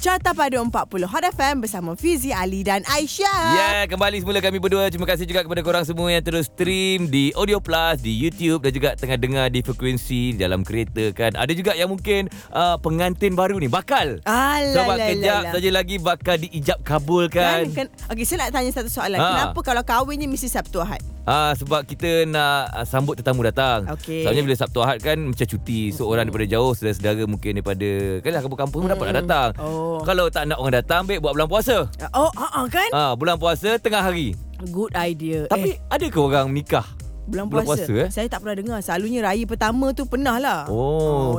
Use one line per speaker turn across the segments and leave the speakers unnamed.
Carta Padu 40 Hot FM bersama Fizi, Ali dan Aisyah.
Ya, kembali semula kami berdua. Terima kasih juga kepada korang semua yang terus stream di Audio Plus, di YouTube dan juga tengah dengar di frekuensi di dalam kereta kan. Ada juga yang mungkin uh, pengantin baru ni bakal.
Alah,
Sebab
alah,
kejap
alah.
saja kan? lagi bakal diijab kabulkan.
Kan, kan, okay, saya nak tanya satu soalan.
Ha.
Ha. Kenapa kalau kahwinnya mesti Sabtu Ahad?
Ah sebab kita nak ah, sambut tetamu datang.
Okey.
Soalnya bila Sabtu Ahad kan macam cuti. So orang daripada jauh saudara-saudara mungkin daripada kan lah kampung-kampung mm. dapat nak datang.
Oh.
Kalau tak nak orang datang baik buat bulan puasa.
Oh, uh, uh, kan?
Ah bulan puasa tengah hari.
Good idea. eh,
Tapi ada ke orang nikah?
bulan
bulan
puasa.
puasa, eh?
Saya tak pernah dengar. Selalunya raya pertama tu pernah lah.
Oh,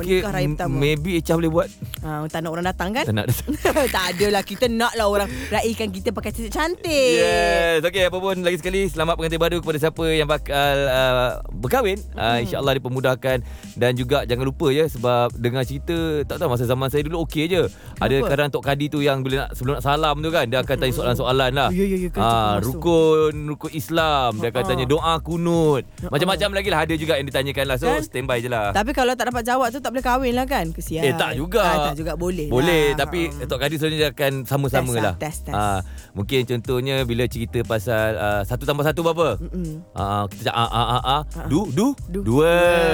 oh
okey.
nikah raya
M-
pertama.
Maybe Echa boleh buat.
Ha, tak nak orang datang kan?
Tak nak datang.
tak adalah kita nak lah orang raikan kita pakai cantik cantik.
Yes, okey apa pun lagi sekali selamat pengantin baru kepada siapa yang bakal uh, berkahwin. Uh,
Hmm.
InsyaAllah dipermudahkan dan juga jangan lupa ya sebab dengar cerita tak tahu masa zaman saya dulu okey je.
Kenapa?
Ada
Hmm,
kadang Tok Kadi tu yang bila nak, sebelum nak salam tu kan dia akan tanya soalan-soalan lah.
Ya, ya, ya, kan, Ah,
Ah,
cakap masuk.
rukun, rukun Islam, dia akan
Ha-ha.
tanya doa kunut.
Ah,
Macam-macam lagi lah ada juga yang ditanyakan lah. So
Kan?
stand by je lah.
Tapi kalau tak dapat jawab tu tak boleh kahwin lah kan? Kesian.
Eh tak juga.
Ah, tak juga boleh.
Boleh
lah.
tapi
Ha.
Tok Kadi sebenarnya dia akan sama-sama
Test lah,
lah.
test, test.
Ah, mungkin contohnya bila cerita pasal uh, satu tambah satu berapa?
Mm-mm. Ha.
Ah kita cakap ah ah ah ah du du,
Du.
dua.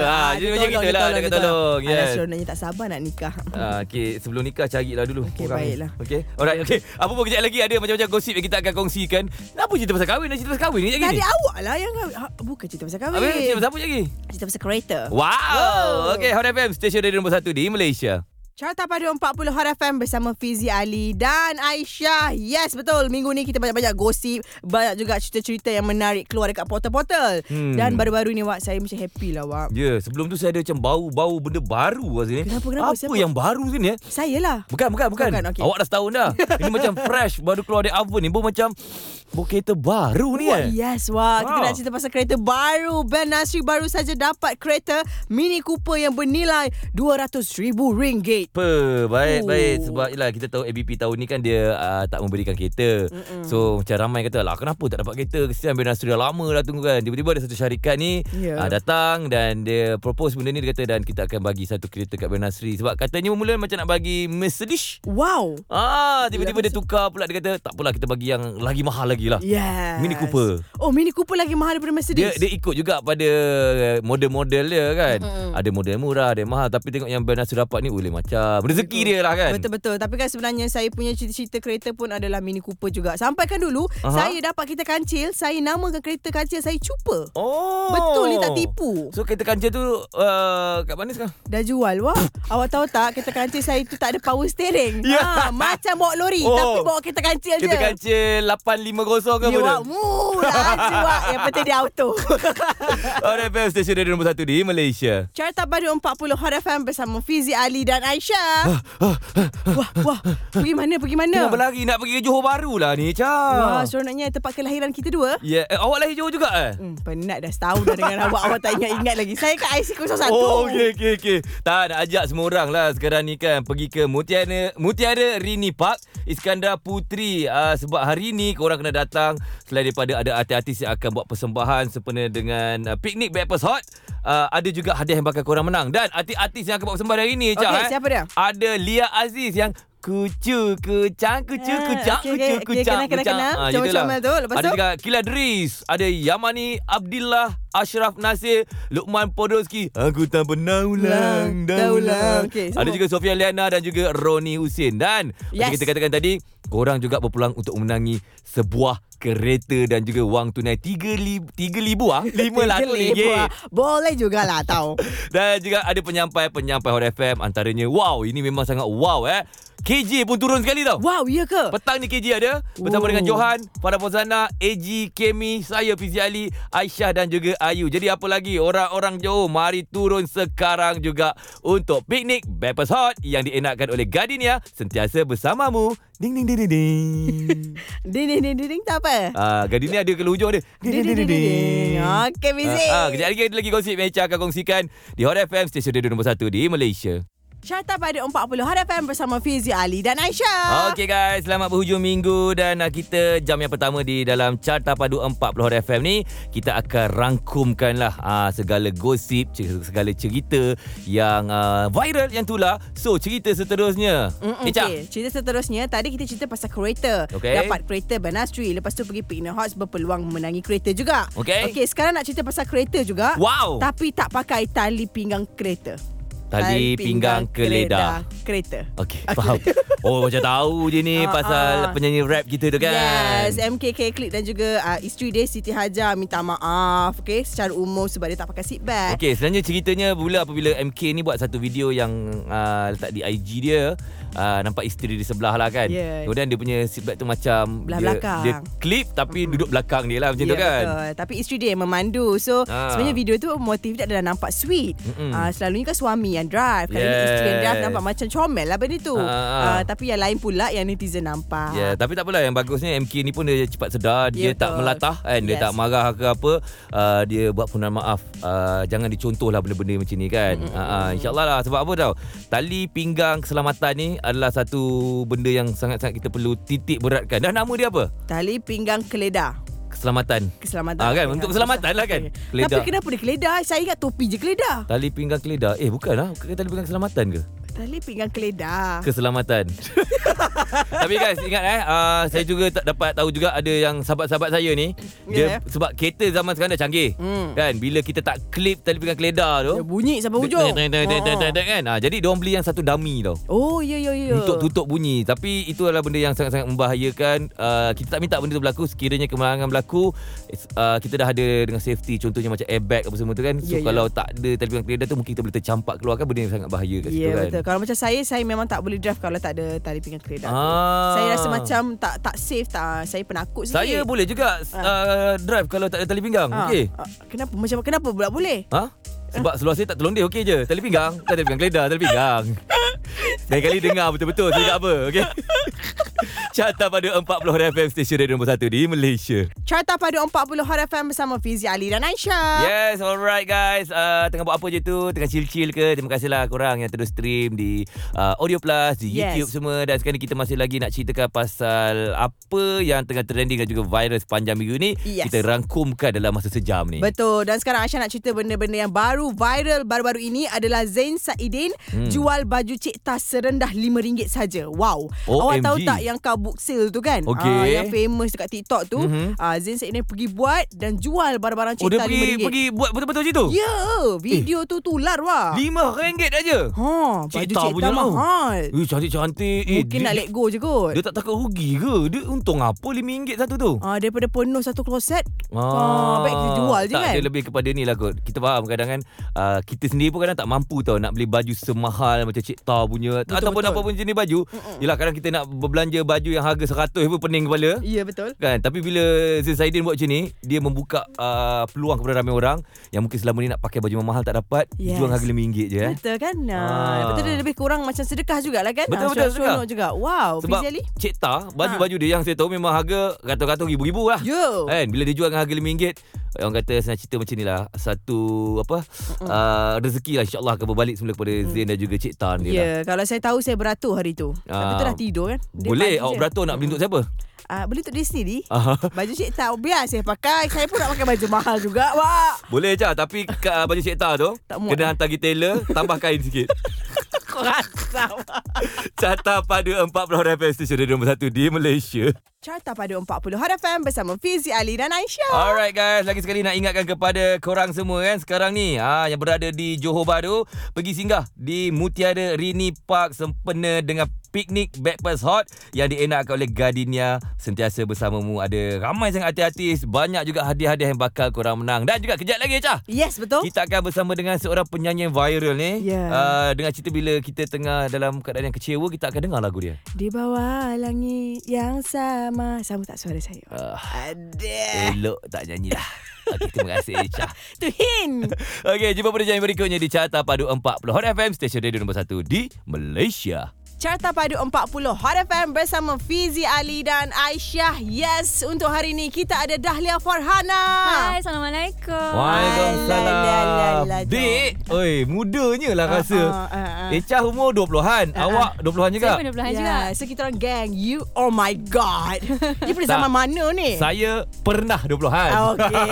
Ah
dia
jadi
tolong,
macam kita
dia
lah dia
dia
kata tolong.
Alah,
Yes.
seronoknya tak sabar nak nikah.
Ah, okay, sebelum nikah carilah dulu
Okey,
ni.
baiklah.
Okey. Alright, okey. Apa pun kejap lagi ada macam-macam gosip yang kita akan kongsikan. Kenapa cerita pasal kahwin dan cerita pasal kahwin ni kejap
Tadi
lagi?
awak lah yang kahwin. Ha, bukan cerita pasal kahwin.
Habis cerita pasal apa lagi?
Cerita pasal kereta.
Wow.
Wow.
Okey, Hot FM stesen radio nombor 1 di Malaysia.
Carta Padu 40 Hot FM bersama Fizi Ali dan Aisyah. Yes, betul. Minggu ni kita banyak-banyak gosip. Banyak juga cerita-cerita yang menarik keluar dekat portal-portal.
Hmm.
Dan baru-baru ni, Wak, saya macam happy lah, Wak.
Ya, yeah, sebelum tu saya ada macam bau-bau benda baru kat sini.
Kenapa, kenapa?
Apa
Siapa?
yang baru sini eh?
Saya lah.
Bukan, bukan, bukan.
Bukan,
bukan
okey.
okay. Awak dah setahun dah. Ini macam fresh, baru keluar dari oven ni. Baru macam, bau kereta baru ni
Wah,
eh.
Yes, wah. Kita
Ah.
nak cerita pasal kereta baru. Ben Nasri baru saja dapat kereta Mini Cooper yang bernilai RM200,000.
Apa, baik,
Ooh.
baik. Sebab yelah, kita tahu ABP tahun ni kan dia uh, tak memberikan kereta. Mm-mm. So, macam ramai kata, lah kenapa tak dapat kereta? Kesian Ben Nasri dah lama dah tunggu kan. Tiba-tiba ada satu syarikat ni
Ya.
yeah. uh, datang dan dia propose benda ni. Dia kata, dan kita akan bagi satu kereta kat Ben Nasri. Sebab katanya mula macam nak bagi Mercedes.
Wow.
Ah, tiba-tiba dia tukar pula. Dia kata, tak apalah kita bagi yang lagi mahal lagi lah.
Yes.
Mini Cooper.
Oh, Mini Cooper lagi mahal daripada
dia
Mercedes.
dia ikut juga pada eh, model-model dia kan. Mm-hmm. Ada model murah, ada yang mahal tapi tengok yang Ben Nasir dapat ni boleh macam rezeki dia lah kan.
Betul-betul. Tapi kan sebenarnya saya punya cita-cita kereta pun adalah Mini Cooper juga. Sampaikan dulu,
Aha.
saya dapat kereta kancil, saya namakan kereta kancil saya Cooper.
Oh.
Betul, dia tak tipu.
So kereta kancil tu uh, kat mana sekarang?
Dah jual wah. Awak tahu tak kereta kancil saya tu tak ada power steering.
Ya.
Ha, macam bawa lori
Oh.
tapi bawa kereta kancil
Kereta
je.
kancil 850 ke
Ya,
apa
wak.
tu?
Mu, laju, wak. Yang penting dia auto.
Alright, FM station radio nombor 1 di Malaysia.
Carta Baru 40 Hot FM bersama Fizi Ali dan Aisyah. wah, wah. Pergi mana, pergi mana?
Tengah berlari nak pergi ke Johor Baru lah
Wah,
ni, Cha.
Ah, seronoknya tempat kelahiran kita dua.
Ya, yeah. eh, awak lahir Johor juga eh?
Hmm, penat dah setahun dah dengan awak. Awak tak ingat-ingat lagi. Saya kat IC01.
Oh, okey, okey, okey. Tak, nak ajak semua orang lah sekarang ni kan pergi ke Mutiara, Mutiara Rini Park, Iskandar Putri. Uh, sebab hari ni korang kena datang. Selain daripada ada artis-artis yang akan buat persembahan sempena dengan uh, piknik Breakfast Hot, uh, ada juga hadiah yang bakal korang menang. Dan artis-artis yang akan buat persembahan hari ni, Cak.
Okey,
eh.
siapa dia?
Ada Lia Aziz yang Kucu, kucang, kucu,
Ah,
kucang,
okey,
kucu,
okey. Okey,
kucang,
kenal, kenal,
kucang.
kenal.
Ah,
Comel,
gitulah.
comel tu. Lepas
ada
tu?
juga Kila Dris, Eh, ada Yamani, Abdillah, Ashraf Nasir, Lukman Podolski. Aku tak pernah ulang,
Dah
dah
ulang. Lah,
ulang.
Okey,
ada
semua.
juga Sofia Liana dan juga Roni Husin. Dan
Yes.
yes. kita katakan tadi, korang juga berpeluang untuk memenangi sebuah kereta dan juga wang tunai 3,000 3,000 ah,
lah Gila,
RM5,000.
Boleh jugalah tahu.
Dan juga ada penyampai-penyampai Hot FM antaranya wow ini memang sangat wow eh. KJ pun turun sekali tau.
Wow, ya ke?
Petang ni KJ ada bersama
Ooh.
dengan Johan, Farah Fozana, AG, Kemi, saya Fizi Ali, Aisyah dan juga Ayu. Jadi apa lagi orang-orang Johor mari turun sekarang juga untuk piknik Breakfast Hot yang dienakkan oleh Gardenia sentiasa bersamamu. Ding ding ding ding ding.
Ding, ding, ding, ding, ding, tak apa.
Ah, Gardenia ada ke hujung dia.
Ding, ding, ding, ding, ding. Ah, Okey, busy.
Ah, ah, kejap lagi ada lagi gosip yang Echa akan kongsikan di Hot FM, stesen radio nombor 1 di Malaysia.
Carta pada 40 Hot FM bersama Fizi Ali dan Aisyah.
Okey guys, selamat berhujung minggu dan uh, kita jam yang pertama di dalam Carta Padu 40 Hot FM ni kita akan rangkumkanlah uh, segala gosip, ce- segala cerita yang uh, viral yang tular. So, cerita seterusnya.
Mm-mm,
Echa.
Mm, Okey, cerita seterusnya Tadi kita cerita pasal kereta
Okey.
Dapat kereta Banastri Lepas tu pergi Pigna Hots Berpeluang menangi kereta juga
Okey.
Okey, sekarang nak cerita pasal kereta juga
Wow.
Tapi tak pakai tali pinggang kereta
Tali pinggang keledar.
Kereta
Okey, faham. Oh, macam tahu je
Ah,
ni
ah.
pasal penyanyi rap kita tu kan.
Yes, MKK Klik dan juga uh, isteri dia Siti Hajar minta maaf okay, secara umum sebab dia tak pakai seat belt.
Okey, sebenarnya ceritanya Bila apabila MK ni buat satu video yang uh, letak di IG dia uh, Nampak isteri di sebelah lah kan
Ya.
Kemudian dia punya seatbelt tu macam
Belah
dia,
belakang.
Dia clip tapi mm. duduk belakang dia lah
Ya,
macam tu kan
betul. Tapi isteri dia yang memandu. So
Ah.
sebenarnya video tu motif dia adalah nampak sweet.
Mm-mm.
Uh, selalunya kan suami yang drive. Kali ni
Yes.
isteri yang drive nampak macam comel lah benda tu.
Ah, ah, ah.
Uh, tapi yang lain pula yang netizen nampak.
Ya, yeah, tapi tak apalah yang bagusnya MK ni pun dia cepat sedar,
Ya,
dia tak
betul.
melatah kan, dia
Yes.
tak marah ke apa, uh, dia buat permohonan maaf. Uh, jangan dicontohlah benda-benda macam ni kan. Ha uh, insyaallah lah sebab apa tau? Tali pinggang keselamatan ni adalah satu benda yang sangat-sangat kita perlu titik beratkan. Dah nama dia apa?
Tali pinggang keledar.
Keselamatan.
Keselamatan.
Ah, kan? Untuk keselamatan lah kan?
Keledar. Tapi
Keledar.
kenapa dia keledar? Saya ingat topi je keledar.
Tali pinggang keledar. Eh, bukan lah. Bukan tali pinggang keselamatan ke?
Tali pinggang keledar.
Keselamatan. Tapi guys, ingat eh. Uh, saya juga tak dapat tahu juga ada yang sahabat-sahabat saya ni.
Ya.
Dia, Sebab kereta zaman sekarang dah canggih.
Hmm.
Kan? Bila kita tak klip tali pinggang keledar tu.
Dia bunyi sampai
dia-
hujung.
dia- dia- dia- dia- dia- dia- kan? Ah, Jadi, diorang beli yang satu dummy tau.
Oh, ya, ya, ya.
Untuk tutup bunyi Tapi itu adalah benda yang sangat-sangat membahayakan uh, Kita tak minta benda tu berlaku Sekiranya kemalangan berlaku uh, Kita dah ada dengan safety Contohnya macam airbag apa semua tu kan So
Ya,
yeah,
ya.
kalau tak ada tali pinggang keledar tu Mungkin kita boleh tercampak keluar kan Benda yang sangat bahaya kat
Ya
situ
yeah,
kan
betul. Kalau macam saya saya memang tak boleh drive kalau tak ada tali pinggang keledar. tu.
Ah.
Saya rasa macam tak tak safe tak. Saya penakut sikit.
Saya boleh juga uh, drive kalau tak ada tali pinggang
Ah,
Okey
ah, Kenapa macam kenapa pula boleh?
Ha? Sebab seluar saya tak terlondeh Okey je Tali pinggang Tak tali pinggang keledar Tali pinggang Lain kali dengar betul-betul Saya cakap apa Okey Carta pada 40 FM Stesen radio nombor 1 di Malaysia
Carta Padu 40 Hot FM bersama Fizi Ali dan Aisyah.
Yes, alright guys. Uh, tengah buat apa je tu? Tengah chill-chill ke? Terima kasihlah korang yang terus stream di uh, Audio Plus, di
Yes.
yes. YouTube semua. Dan sekarang ni kita masih lagi nak ceritakan pasal apa yang tengah trending dan juga viral sepanjang minggu ni.
Yes.
Kita rangkumkan dalam masa sejam ni.
Betul. Dan sekarang Aisyah nak cerita benda-benda yang baru viral baru-baru ini adalah Zain Saidin hmm. jual baju cik tas serendah RM5 saja. Wow. Awak
OMG.
tahu tak yang kabuk sale tu kan?
Okey.
Ah, yang famous dekat TikTok tu. Mm-hmm.
Mhm.
Ah, Zain Saidin pergi buat dan jual barang-barang cik
Oh, dia
tas RM5.
pergi, pergi buat betul-betul macam tu?
Ya, video tu tular wah.
RM5 aja.
Ha, baju
Cik
cik
tak
tak
punya tau.
mahal.
Eh, cantik-cantik. Eh,
Mungkin
dia,
nak let go je kot.
Dia tak takut rugi ke? Dia untung apa RM5 satu tu?
Ah, daripada penuh satu kloset. Ah, baik kita jual je
tak,
kan?
Dia lebih kepada ni lah kot. Kita faham kadang kan uh, kita sendiri pun kadang tak mampu tau nak beli baju semahal macam Cik Tah punya
Betul,
betul, ataupun
betul.
apa pun jenis baju. Yalah kadang kita nak berbelanja baju yang harga 100 pun pening kepala.
Ya, betul.
Kan tapi bila Zain Saidin buat macam ni dia membuka uh, peluang kepada ramai orang yang mungkin selama ni nak pakai baju mahal tak dapat
Yes.
yes. jual harga RM5 je eh.
Betul kan? Ah.
Ah.
Lepas tu dia lebih kurang macam sedekah jugalah kan? Ah,
Betul, betul,
seronok juga. Wow,
Sebab
Fizi Ali.
Cik Tah Baju-baju
Ha.
dia yang saya tahu Memang harga Ratus-ratus ribu-ribu lah
Yo.
Kan bila dia jual dengan harga RM5 Orang kata senang cerita macam ni lah Satu Apa uh, Rezeki lah InsyaAllah akan berbalik semula kepada Zain dan juga Cik Tan
Mm. Ya,
dia yeah. lah.
yeah, kalau saya tahu saya beratur hari tu. Tapi tu
Ah.
dah tidur kan. Dia
Boleh
pagi
awak
je.
beratur nak beli untuk siapa?
Ah, beli untuk dia sendiri.
Aha.
Baju cik tak biar saya pakai. Saya pun nak pakai baju mahal juga. Wah.
Boleh je tapi ka, baju Cik Tan tu
Tak muat.
Kena hantar pergi tailor Tambah kain sikit
Kau rasam.
Carta pada 40 FM Station Radio nombor 1 di Malaysia
Carta pada 40 Hot FM bersama Fizi Ali dan Aisyah.
Alright guys, lagi sekali nak ingatkan kepada korang semua kan sekarang ni ha, yang berada di Johor Bahru pergi singgah di Mutiara Rini Park sempena dengan piknik Backpass Hot yang dienakkan oleh Gardenia sentiasa bersamamu ada ramai sangat artis-artis banyak juga hadiah-hadiah yang bakal korang menang dan juga kejap lagi Cah
Yes, betul.
kita akan bersama dengan seorang penyanyi yang viral ni
Ya.
uh, dengan cerita bila kita tengah dalam keadaan yang kecewa kita akan dengar lagu dia
Di bawah langit yang sama Sama tak suara saya? Uh, Aduh
elok tak nyanyi lah okay, terima kasih Cah
Tu hin
Okey, jumpa pada jam yang berikutnya di Carta Padu 40 Hot FM, stesen radio nombor 1 di Malaysia.
Carta Padu 40 Hot FM bersama Fizi Ali dan Aisyah. Yes, untuk hari ini kita ada Dahlia Farhana.
Hai,
Ah,
Assalamualaikum.
Alah, alah,
Waalaikumsalam.
alah, jom.
Dik, oi, mudanya lah
Ah,
rasa.
ah, ah, ah.
Ecah umur 20-an.
Ah,
Awak 20-an juga?
Saya pun 20-an juga.
Yeah, so kita orang lah, gang. You, oh my God. Dia pada
Tak.
zaman mana ni?
Saya pernah 20-an.
Ah, okey.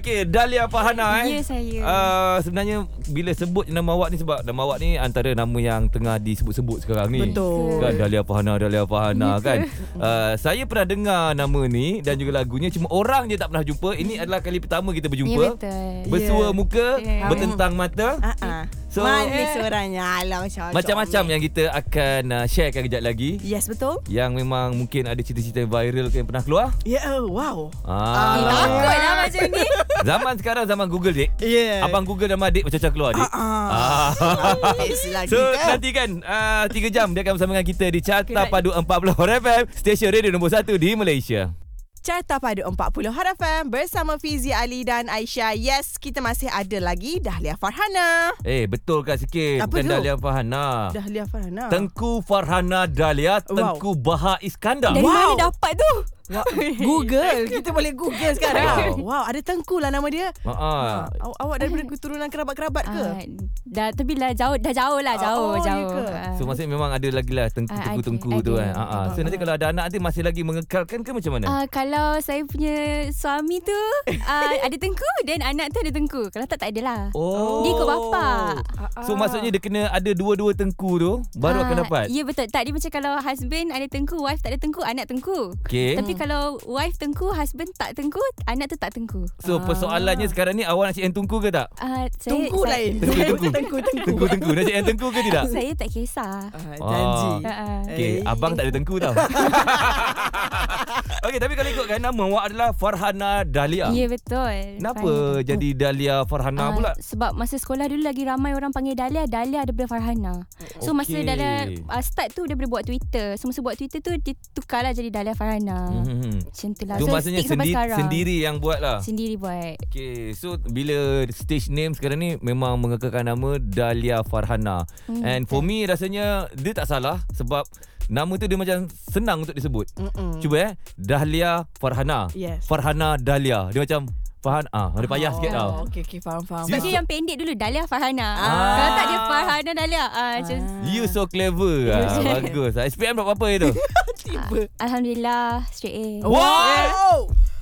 Okey, Dahlia Farhana eh.
Ya, saya.
Uh, sebenarnya bila sebut nama awak ni sebab nama awak ni antara nama yang tengah disebut-sebut sekarang ni.
Betul.
Kan Dahlia Farhana, Dahlia Farhana kan. Uh, saya pernah dengar nama ni dan juga lagunya cuma orang je tak pernah jumpa. Ini adalah kali pertama kita
Hmm. Ya,
berjumpa.
betul.
Bersua
Ya.
muka,
Ya.
bertentang mata.
Ah, ah.
So-
Manis orangnya. Alah, macam
Macam-macam yang kita akan uh, sharekan kejap lagi
Yes, betul.
yang memang mungkin ada cerita-cerita viral ke yang pernah keluar.
Ya, yeah, wow.
Eh,
Ah.
lah
Takutlah macam ni.
Zaman sekarang zaman Google dik.
Yeah.
Abang Google nama adik macam-macam keluar dik.
Ah.
Ah.
Manis lagi
So
kan?
nanti kan uh, 3 jam dia akan bersama dengan kita di Carta
Gerak.
Padu 40 FM, stesen radio nombor 1 di Malaysia.
Carta Padu 40 Hot FM bersama Fizi Ali dan Aisyah. Yes, kita masih ada lagi Dahlia Farhana.
Eh betul kat sikit
Apa
bukan
tu?
Dahlia Farhana.
Dahlia Farhana.
Tengku Farhana Dahlia, Tengku Baha Iskandar.
Dari
Wow.
mana dapat tu?
Google. Kita boleh Google sekarang. wow, ada Tengku lah nama dia.
Ha ah.
Aw, awak daripada keturunan kerabat-kerabat ke?
Ah, dah tapi lah jauh dah jauh
Ah,
lah jauh
oh, ya ke?
jauh. Ah.
So maksudnya memang ada lagi lah
Ah,
tengku-tengku-tengku
ada,
tu
ada.
kan. Ha ah. So nanti kalau ada anak tu masih lagi mengekalkan ke macam mana?
Ah, kalau saya punya suami tu ah, ada tengku dan anak tu ada lah. tengku. Kalau tak tak adalah.
Oh.
Dia ikut bapak.
Ah,
So maksudnya dia kena ada dua-dua tengku tu baru akan
Ah,
dapat.
Ya betul. Tak dia macam kalau husband ada tengku, wife tak ada tengku, anak tengku.
Okey.
Tapi kalau wife tengku, husband tak tengku, anak tu tak tengku.
So persoalannya sekarang ni awak nak cik yang tengku ke tak?
Ah, saya,
Tengku
saya,
lain.
Tengku, tengku.
Tengku, Tengku.
Tengku-tengku nak cik yang tengku ke tidak?
Saya tak kisah.
Ah, janji.
Ah, ah.
Okey,
Eh.
abang tak ada tengku tau. Okey, tapi kalau ikutkan nama awak adalah Farhana Dahlia.
Ya betul.
eh. Kenapa
Fine.
jadi Dahlia Farhana
Ah,
pula?
Sebab masa sekolah dulu lagi ramai orang panggil Dahlia Dahlia daripada Farhana So masa
Okey.
Dahlia uh, start tu daripada buat Twitter So masa buat Twitter tu dia tukarlah jadi Dahlia Farhana mm-hmm.
Mhm.
Macam tu lah
Tu
So
maksudnya
stick sampai
sendi-
sekarang.
sendiri yang buat lah.
Sendiri buat
Okay, so bila stage name sekarang ni memang mengekalkan nama Dahlia Farhana.
Hmm,
And for me rasanya dia tak salah sebab nama tu dia macam senang untuk disebut.
Hmm.
Mm-mm.
Cuba eh, Dahlia Farhana.
Yes.
Farhana Dahlia. Dia macam Farhan ah, dia payah sikit tau.
Oh, okay, okay, faham, faham.
Sebab
faham.
dia yang pendek dulu Dahlia Farhana
Ah.
Kalau tak dia Farhana Dahlia uh, macam,
Hmm. You so clever ah. Bagus SPM tak apa-apa itu
Ah, tiba.
Alhamdulillah straight A
Oh,
Wow!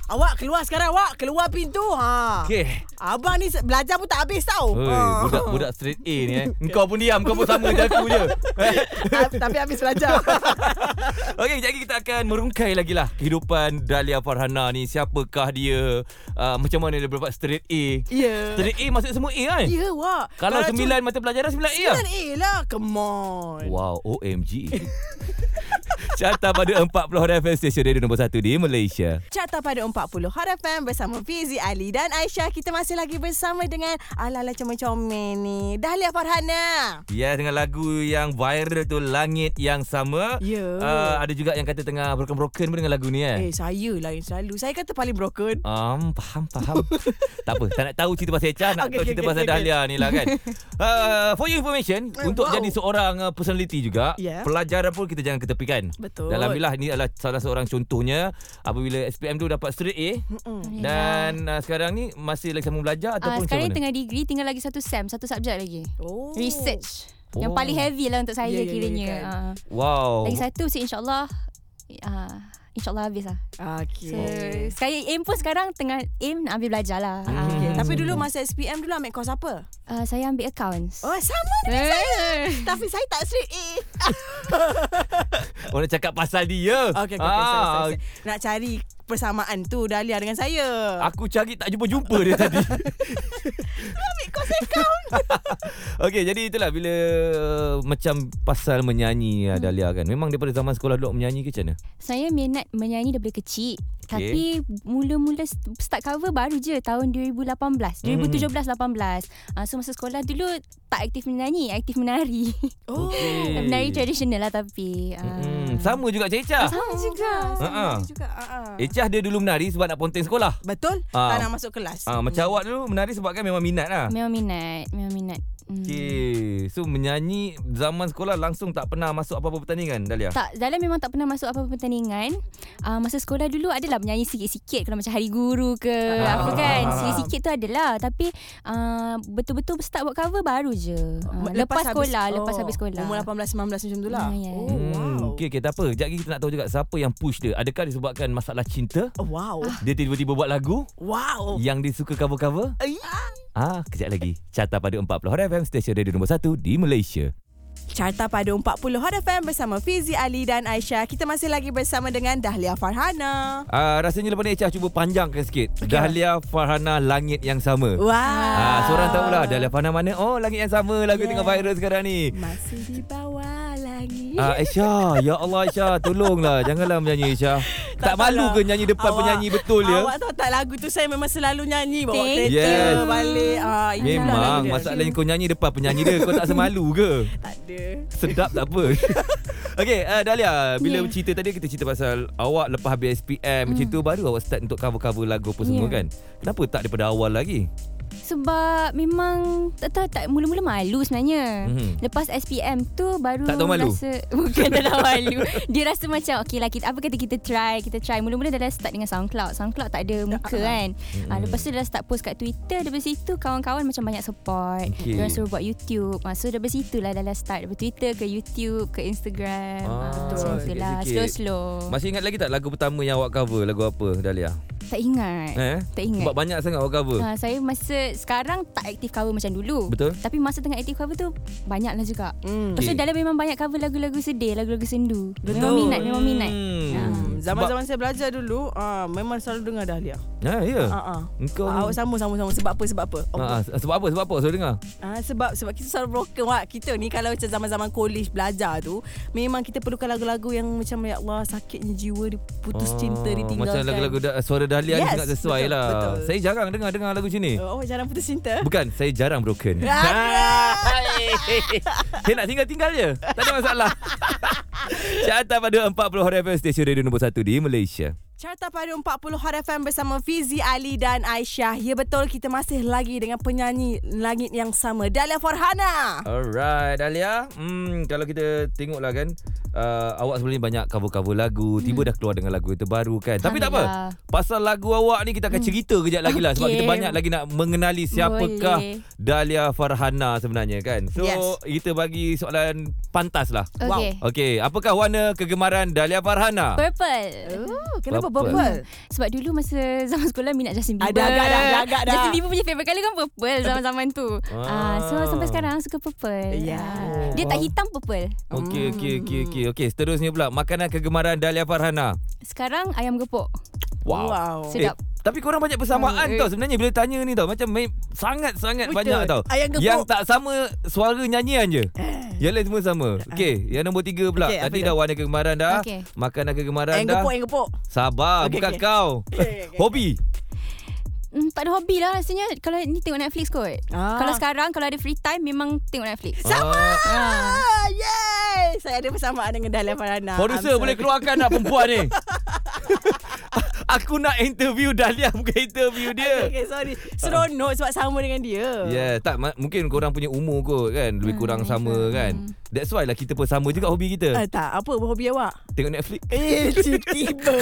Awak keluar sekarang awak keluar pintu ha. Okay.
Okay
Abang ni se- belajar pun tak habis tau.
Oi,
Ah.
Budak-budak straight A ni eh Engkau pun diam Kau pun sama macam aku je
Ah, Tapi habis belajar.
Okey, kejap lagi kita akan merungkai lagi lah kehidupan Dahlia Farhana ni. Siapakah dia? Uh, macam mana dia berdapat straight A?
ya.
Straight A masuk semua A kan?
Ya, wak.
Kalau sembilan mata pelajaran, sembilan A lah.
Kan A lah. Come on.
Wow, OMG. Carta pada 40 Hot FM Station Radio nombor 1 di Malaysia.
Carta pada 40 Hot FM bersama Fizi Ali dan Aisyah. Kita masih lagi bersama dengan ala-ala comel-comel ni. Dahlia Farhana.
Ya, dengan lagu yang viral tu Langit Yang Sama.
Ya.
Uh, ada juga yang kata tengah broken-broken pun dengan lagu ni
Eh,
eh.
saya lah yang selalu. Saya kata paling broken.
Um, faham, faham. tak apa, tak nak tahu cerita pasal Echa,
Okey,
nak okay, tahu
okey,
cerita
okey,
pasal
okey,
Dahlia ni lah kan. Uh, for your information,
Eh,
untuk
wow.
jadi seorang uh, personality juga,
Yeah.
pelajaran pun kita jangan ketepikan.
Betul.
Dalam bilah ini adalah salah seorang contohnya apabila SPM tu dapat straight A
Mm-mm.
dan uh, sekarang ni masih lagi sama belajar
Ah,
ataupun macam
sekarang ni
mana?
tengah degree tinggal lagi satu SEM satu subjek lagi
Oh.
Research
Oh.
Yang paling heavy lah untuk saya
Ya, ya, ya,
kiranya
kan.
Ah.
Wow.
Lagi satu mesti insyaAllah uh, InsyaAllah habis lah So
Okay.
Saya aim pun sekarang Tengah aim nak ambil belajar lah
Hmm.
hmm.
okay. Tapi dulu masa SPM dulu ambil kos apa?
uh, Saya ambil accounts
Oh, sama dengan
Eh.
saya. Tapi saya tak straight A.
Orang cakap pasal dia.
Okey, okey,
Ah,
okey. sorry, sorry, sorry. Nak cari persamaan tu Dahlia dengan saya.
Aku cari tak jumpa-jumpa dia tadi.
ambil kos account.
Okey, jadi itulah bila uh, macam pasal menyanyi hmm. Dahlia kan. Memang daripada zaman sekolah dulu awak menyanyi ke macam mana?
Saya minat menyanyi daripada kecil Tapi mula-mula st- start cover baru je tahun 2018
Hmm.
2017-18 uh, So masa sekolah dulu tak aktif menyanyi Aktif menari
Oh.
Okey.
Menari tradisional lah tapi uh,
Hmm.
Mm-mm. Sama juga Cik Ecah.
Sama juga
Ha-ha.
juga. Uh-uh.
Ecah dia dulu menari sebab nak ponteng sekolah.
Betul?
Eh. Ah.
Tak nak masuk Hmm. kelas. Mm.
Ah, macam awak dulu menari sebab kan memang minat lah.
Memang minat Hmm. Memang minat
Okay. So menyanyi zaman sekolah langsung tak pernah masuk apa-apa pertandingan Dahlia?
Tak, Dahlia memang tak pernah masuk apa-apa pertandingan. Uh, masa sekolah dulu adalah menyanyi sikit-sikit kalau macam hari guru ke
Ah.
apa kan. Sikit-sikit tu adalah tapi uh, betul-betul start buat cover baru je. Uh, lepas, lepas sekolah, habis,
oh,
lepas habis sekolah.
oh, Umur 18-19 macam tu lah.
Ah, ya.
Oh,
Hmm,
wow.
okay, okay, tak apa. Sekejap lagi kita nak tahu juga siapa yang push dia. Adakah disebabkan masalah cinta?
Oh, Wow.
Ah.
Dia tiba-tiba buat lagu
Wow.
yang disuka cover-cover?
Eh.
Ah, kejap lagi. Carta pada 40 Hot FM, stesen radio nombor 1 di Malaysia.
Carta Padu 40 Hot FM bersama Fizi Ali dan Aisyah. Kita masih lagi bersama dengan Dahlia Farhana.
Ah, rasanya lepas ni Echa cuba panjangkan sikit. Okay. Dahlia Farhana Langit Yang Sama.
Wow.
Ah, seorang tahulah Dahlia Farhana mana? Oh, Langit Yang Sama. Lagu yeah.
Yeah.
tengah viral sekarang ni.
Masih di bawah langit.
Ah, Aisyah, ya Allah Aisyah, tolonglah janganlah menyanyi Aisyah. Tak, tak malu ke nyanyi depan awak, penyanyi betul ya?
Awak tahu tak lagu tu saya memang selalu nyanyi bawa
Thank
kereta
you.
balik. Ah, itulah lagu
Memang
dia.
masalahnya kau nyanyi depan penyanyi dia, kau tak semalu ke?
tak ada.
Sedap tak apa Okay uh, Dahlia Bila yeah.
Yeah.
cerita tadi Kita cerita pasal Awak lepas habis SPM mm.
Hmm.
Macam tu Baru awak start untuk cover-cover lagu Apa semua
Yeah.
kan Kenapa tak daripada awal lagi
Sebab memang tak tahu tak mula-mula malu sebenarnya.
Mhm.
Mm-hmm. Lepas SPM tu baru
Tak tahu malu?
rasa bukan tak tahu malu. Dia rasa macam okey lah kita apa kata kita try, kita try. Mula-mula dah start dengan SoundCloud. SoundCloud tak ada
Ah,
muka kan. Mm-hmm.
Hmm.
Uh, lepas tu dah start post kat Twitter. Dari situ kawan-kawan macam banyak support.
Okey.
Okay. Diorang suruh buat YouTube. Uh, so dari situ lah dah start dari Twitter ke YouTube ke Instagram.
Ah,
Ah, macam tu
sikit-sikit.
lah slow-slow.
Masih ingat lagi tak Lagu pertama yang awak cover Lagu apa Dahlia
tak ingat.
eh?
Tak ingat.
Sebab banyak sangat awak cover
Ha, saya masa sekarang tak aktif cover macam dulu.
Betul.
Tapi masa tengah aktif cover tu banyaklah juga.
Hmm.
Pasal
Okey.
dalam memang banyak cover lagu-lagu sedih, lagu-lagu sendu.
Betul.
Memang minat, memang minat. Ah.
Hmm, Zaman-zaman saya belajar dulu, ah, memang selalu dengar Dahlia.
Ya ya yeah.
Ah, ah.
Engkau
Ah,
ni
awak sama sama sama sebab apa sebab apa? Oh,
Ah, ah, sebab apa sebab apa saya dengar.
Ah, sebab sebab kita selalu broken Wak. Kita ni kalau macam zaman-zaman college belajar tu Memang kita perlukan lagu-lagu yang macam Ya Allah sakitnya jiwa dia putus
Ah,
cinta dia
Macam
tinggalkan
lagu-lagu da- suara Dahlia ni
Yes,
sangat sesuai
betul,
lah.
betul.
Saya jarang dengar dengar lagu macam ni.
Oh jangan putus cinta
Bukan, saya jarang broken. saya nak tinggal-tinggal je. Tak ada masalah. Carta pada 40 Hot FM Stesen Radio nombor 1 di Malaysia.
Carta Padu 40 Hot FM bersama Fizi Ali dan Aisyah Ya betul kita masih lagi dengan penyanyi langit yang sama Dahlia Farhana
Alright, Dahlia. Hmm, kalau kita tengoklah kan, uh, awak sebelum ni banyak cover-cover lagu. Tiba dah keluar dengan lagu terbaru kan. Tapi tak apa.
Alhamdulillah.
Pasal lagu awak ni kita akan cerita kejap lagi lah. Sebab
Okay.
kita banyak lagi nak mengenali siapakah
Boleh.
Dahlia Farhana sebenarnya kan. So,
Yes.
kita bagi soalan pantas lah.
Okay. Wow.
Okey, apakah warna kegemaran Dahlia Farhana?
Purple.
Oh, Kenapa
Purple.
purple?
Sebab dulu masa zaman sekolah minat Justin
Ada
Bieber.
agak dah, ada agak dah.
Justin Bieber punya favourite colour kan purple zaman-zaman tu.
Ah.
Ah. so sampai sekarang suka purple.
Ya.
Ah, Dia
Faham.
tak hitam purple.
Okey, okey,
Hmm.
okey, okey. Okey, seterusnya pula makanan kegemaran Dahlia Farhana.
Sekarang ayam gepuk.
Wow. Hmm,
Eh,
Sedap.
tapi korang banyak persamaan
Ah, eh.
tau sebenarnya bila tanya ni tau macam me- sangat-sangat
Betul.
banyak tau.
Ayam gepuk.
Yang tak sama suara nyanyian je. Yang lain semua sama. Okey, yang nombor tiga
Ah.
pula.
Okey, apa
Tadi
dia?
dah warna kegemaran dah.
Okey.
Makanan kegemaran
Yang
dah.
gepuk, yang gepuk
Sabar,
Okey,
bukan
okey.
kau.
Okey, okey.
Hobi.
Hmm, tak ada hobi lah rasanya. Kalau ni tengok Netflix kot.
Ah.
Kalau sekarang, kalau ada free time, memang tengok Netflix.
Sama.
Ah.
Ah, Yay Saya ada persamaan dengan Dahlia Farhana Ah,
Producer
I'm
boleh
sorry.
keluarkan lah perempuan ni. Aku nak interview Dahlia bukan interview dia.
Okay, okay, sorry. Seronok sebab sama dengan dia.
Ya, yeah, tak ma- mungkin korang punya umur kot kan,
Ah,
lebih kurang
ya,
sama kan.
Hmm.
That's why lah kita pun sama juga hobi
Uh,
kita.
tak, apa hobi awak?
Tengok Netflix.
Eh, tiba.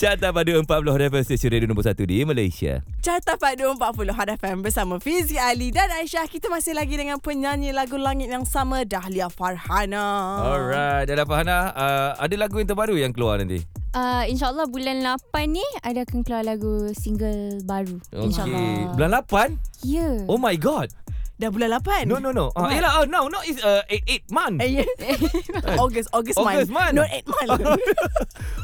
Carta pada 40 level stesen radio nombor 1 di Malaysia.
Carta Padu 40 Hot FM bersama Fizi Ali dan Aisyah. Kita masih lagi dengan penyanyi lagu langit yang sama, Dahlia Farhana.
Alright, Dahlia Farhana, uh, ada lagu yang terbaru yang keluar nanti.
Uh, InsyaAllah bulan 8 ni Ada akan keluar lagu single baru
Okey.
InsyaAllah
Bulan 8?
Ya
Oh my god.
Dah bulan 8?
No no no. Ah, yalah, oh, no, no is uh, 8 8 month.
Eh, yeah. August, August,
August
month.
month.
No, 8 month.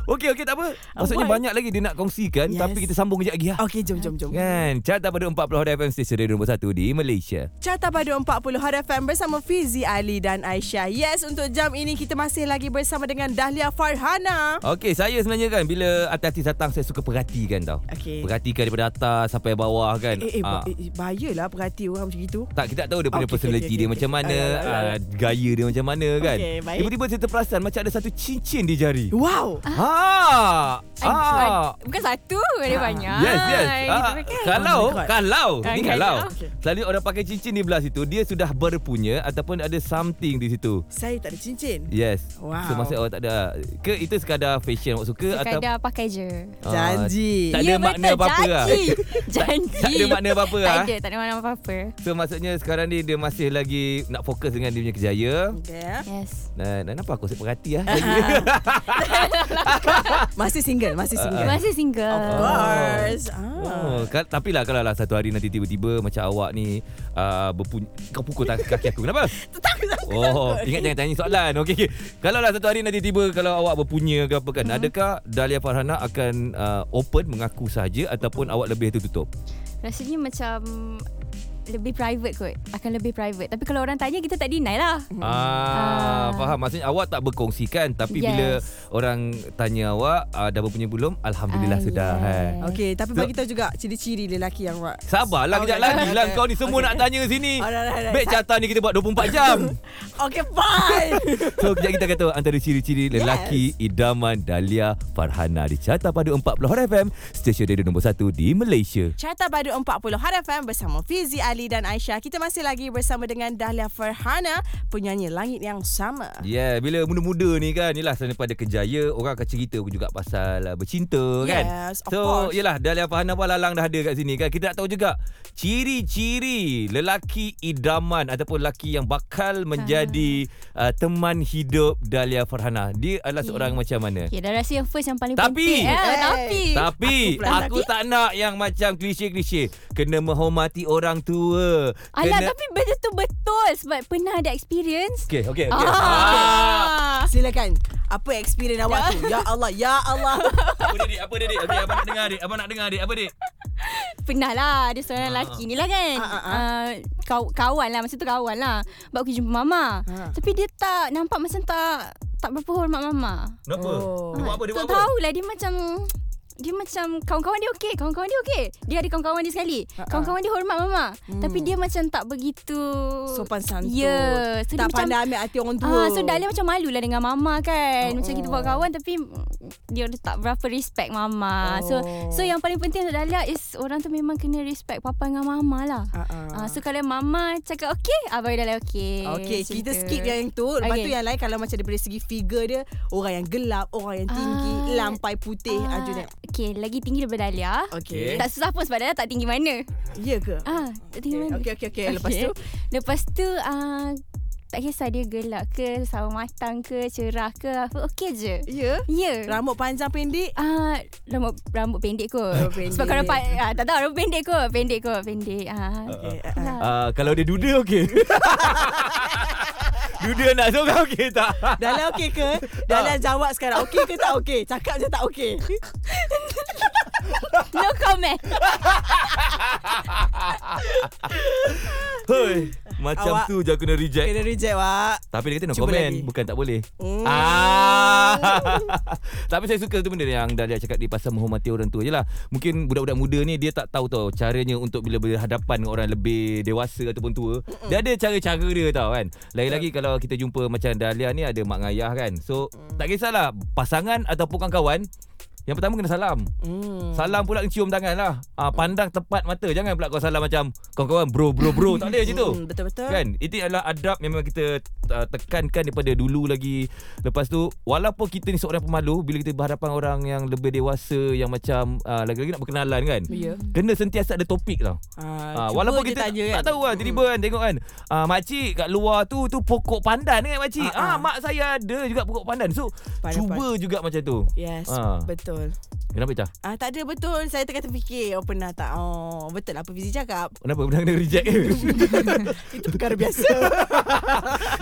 Okey okey tak apa. Maksudnya
Alright.
banyak lagi dia nak kongsikan
Yes.
yes. tapi kita sambung kejap lagi lah.
okay, jom, jom, jom.
Kan, carta pada 40 FM stesen radio nombor 1 di Malaysia.
Carta Padu 40 Hot FM bersama Fizi Ali dan Aisyah. Yes, untuk jam ini kita masih lagi bersama dengan Dahlia Farhana.
Okey, saya sebenarnya kan bila artis-artis datang saya suka perhatikan tau.
Okey.
Perhatikan daripada atas sampai bawah kan.
Eh, eh,
Ah,
ba- eh, eh, bahayalah perhati orang macam gitu.
tak kita tak tahu dia
Okay,
punya
okay,
personality
okay,
dia
okay.
macam mana,
Alright, alright,
ah, gaya dia macam mana kan.
Okay, baik.
Tiba-tiba saya terperasan macam ada satu cincin di jari.
Wow.
Ah. Ha.
Ah.
Ah.
Bukan satu, ada banyak.
Yes, yes. Ah,
Gitu kan?
kalau,
Oh my God.
kalau,
Ah,
ni
kalau.
kalau.
Okay.
Selalu orang pakai cincin di belah situ, dia sudah berpunya ataupun ada something di situ.
Saya tak ada cincin.
Yes.
Wow.
So maksud awak tak ada ke itu sekadar fashion awak suka atau
Sekadar pakai je.
Ah,
Janji.
tak ada
Ya,
makna
betul.
apa-apa lah.
Janji. Janji.
Tak ada makna apa-apa
Tak
ah.
ada, tak ada makna apa-apa.
So maksudnya sekarang ni dia masih lagi nak fokus dengan dia punya kerjaya.
Okay.
Yes.
Dan, dan apa aku asyik perhati lah
Masih single, masih
Ah.
single.
Masih
Of
single.
course. Ah.
Oh, kal- tapi lah kalau lah satu hari nanti tiba-tiba macam awak ni uh, berpun- kau pukul tak kaki aku kenapa? Oh, ingat jangan tanya soalan. Okey okey. Kalau lah satu hari nanti tiba kalau awak berpunya ke apa kan, hmm. adakah Dahlia Farhana akan uh, open mengaku saja ataupun awak lebih tertutup?
Rasanya macam lebih private kot. Akan lebih private. Tapi kalau orang tanya, kita tak deny lah.
Ah, faham. Maksudnya awak tak berkongsikan tapi yes. bila
Yes.
orang tanya awak uh, dah berpunya belum? Alhamdulillah
Ah,
sudah. eh.
yes.
Yes.
Okay, tapi bagi tahu juga ciri-ciri lelaki yang awak.
Sabarlah
Okay,
kejap
okay,
lagi lah
okay.
kau ni semua
Okay.
nak tanya sini.
Alright, alright, alright.
Baik carta ni kita buat 24 jam.
Okay, fine.
so kejap kita kata antara ciri-ciri lelaki idaman Dahlia Farhana di Carta Padu 40 Hot FM, stesen radio nombor 1 di Malaysia.
Carta Badu 40 Hot FM bersama Fizi Ali dan Aisyah. Kita masih lagi bersama dengan Dahlia Farhana, penyanyi langit yang sama.
Yeah, Ya, bila muda-muda ni kan, yelah selain daripada kerjaya, orang akan cerita juga pasal uh, bercinta kan.
Yes, of
so,
course.
yelah Dahlia Farhana pun lalang dah ada kat sini kan. Kita nak tahu juga ciri-ciri lelaki idaman ataupun lelaki yang bakal menjadi
Hmm.
uh, teman hidup Dahlia Farhana. Dia adalah seorang macam mana?
Okay, dah rasa yang first yang paling
Tapi-
penting. Eh,
Hey.
tapi.
Tapi
Aku pula
aku, tak nak yang macam klise-klise. Kena menghormati orang tua.
Alah,
Kena
tapi betul-betul. Sebab pernah ada experience.
Okey, okey, okey. Ah.
Ah.
Silakan. Apa experience awak tu? Ya Allah, ya Allah.
Apa dia, Dik? Apa dia, Dik? Okey, abang nak dengar, Dik. Abang nak dengar, Dik. Apa, Dik?
Pernah lah Ada seorang lelaki ni lah kan
Ah, ah,
uh, kaw, Kawan lah Masa tu kawan lah Sebab aku jumpa mama
Ah.
Tapi dia tak Nampak macam tak Tak berapa hormat mama
Kenapa?
Oh.
Dia buat apa? Dia buat
Tak
apa?
tahulah lah, Dia macam dia macam kawan-kawan dia okey, kawan-kawan dia okey. Dia ada kawan-kawan dia sekali.
Ah, ah.
Kawan-kawan dia hormat mama. Tapi dia macam tak begitu
Hmm. Sopan santun.
Ya, yeah. so dia
tak
macam
pandai ambil hati orang tua.
Ah, so Dahlia macam malu lah dengan Mama kan. Macam
Oh.
kita buat kawan tapi mm, dia tak berapa respect Mama.
Oh.
So so yang paling penting untuk Dahlia is orang tu memang kena respect Papa dengan Mama lah.
Ah,
Ah,
ah.
so kalau Mama cakap okey, ah, baru Dahlia okey.
Okay,
Macam
kita
tu.
skip yang tu. Lepas tu
Okey.
yang lain kalau macam daripada segi figure dia, orang yang gelap, orang yang tinggi,
Ah.
lampai putih, ah. Junet.
Okey, lagi tinggi daripada Dahlia.
Okay.
Tak susah pun sebab Dahlia tak tinggi mana.
Ya ke?
Ah, tak tinggi mana.
Okay, okay, okay. Lepas
Okey.
tu?
Lepas tu ah, tak kisah dia gelap ke, sawo matang ke, cerah ke, apa okey je.
Ya.
Ya. Yeah.
Rambut panjang pendek.
Ah, rambut rambut pendek kot.
Rambut pendek.
Sebab kau nampak ah, tak tahu rambut pendek kot, pendek kot, pendek.
Uh,
Ah.
Okay, ah, ah.
Lah.
Ah, kalau dia duda okey. duda nak seorang okey tak?
Dahlia lah okey ke? Dahlia jawab sekarang okey ke tak okey? Cakap je tak okey.
No comment.
Hoi, macam
Awak-
tu je kena reject.
Kena reject wak.
Tapi dia kata no
Cuba
comment,
lagi.
bukan tak boleh.
Hmm.
Ah. Tapi saya suka tu benda yang Dahlia cakap di pasal menghormati orang tua je lah. Mungkin budak-budak muda ni dia tak tahu tau caranya untuk bila berhadapan dengan orang lebih dewasa ataupun tua. Dia ada cara-cara dia tau kan. Lagi-lagi kalau kita jumpa macam Dahlia ni ada mak dengan ayah kan. So
Mm.
tak kisahlah pasangan ataupun kawan-kawan. Yang pertama kena salam.
Hmm.
Salam pula cium tangan lah. Ah, pandang tepat mata. Jangan pula kau salam macam kawan-kawan bro bro bro. tak boleh macam tu.
Hmm, betul-betul.
Kan Itu adalah adab yang memang kita uh, Tekankan daripada dulu lagi Lepas tu Walaupun kita ni seorang pemalu Bila kita berhadapan orang yang lebih dewasa Yang macam uh, Lagi-lagi nak berkenalan kan
Ya.
Kena sentiasa ada topik tau
Ah,
Ah,
cuba
walaupun
je
kita
tanya,
tak tahu kan Tiba-tiba kan tengok kan ah, Makcik kat luar tu Tu pokok pandan kan makcik
Ah, ah.
ah, Mak saya ada juga pokok pandan So
Pandai,
cuba juga macam tu
Yes,
Ah.
betul.
Kenapa Cah?
Ah, tak ada betul. Saya tengah terfikir. Oh, pernah tak? Oh, betul lah apa Fizi cakap.
Kenapa pernah kena reject ke?
Itu perkara biasa.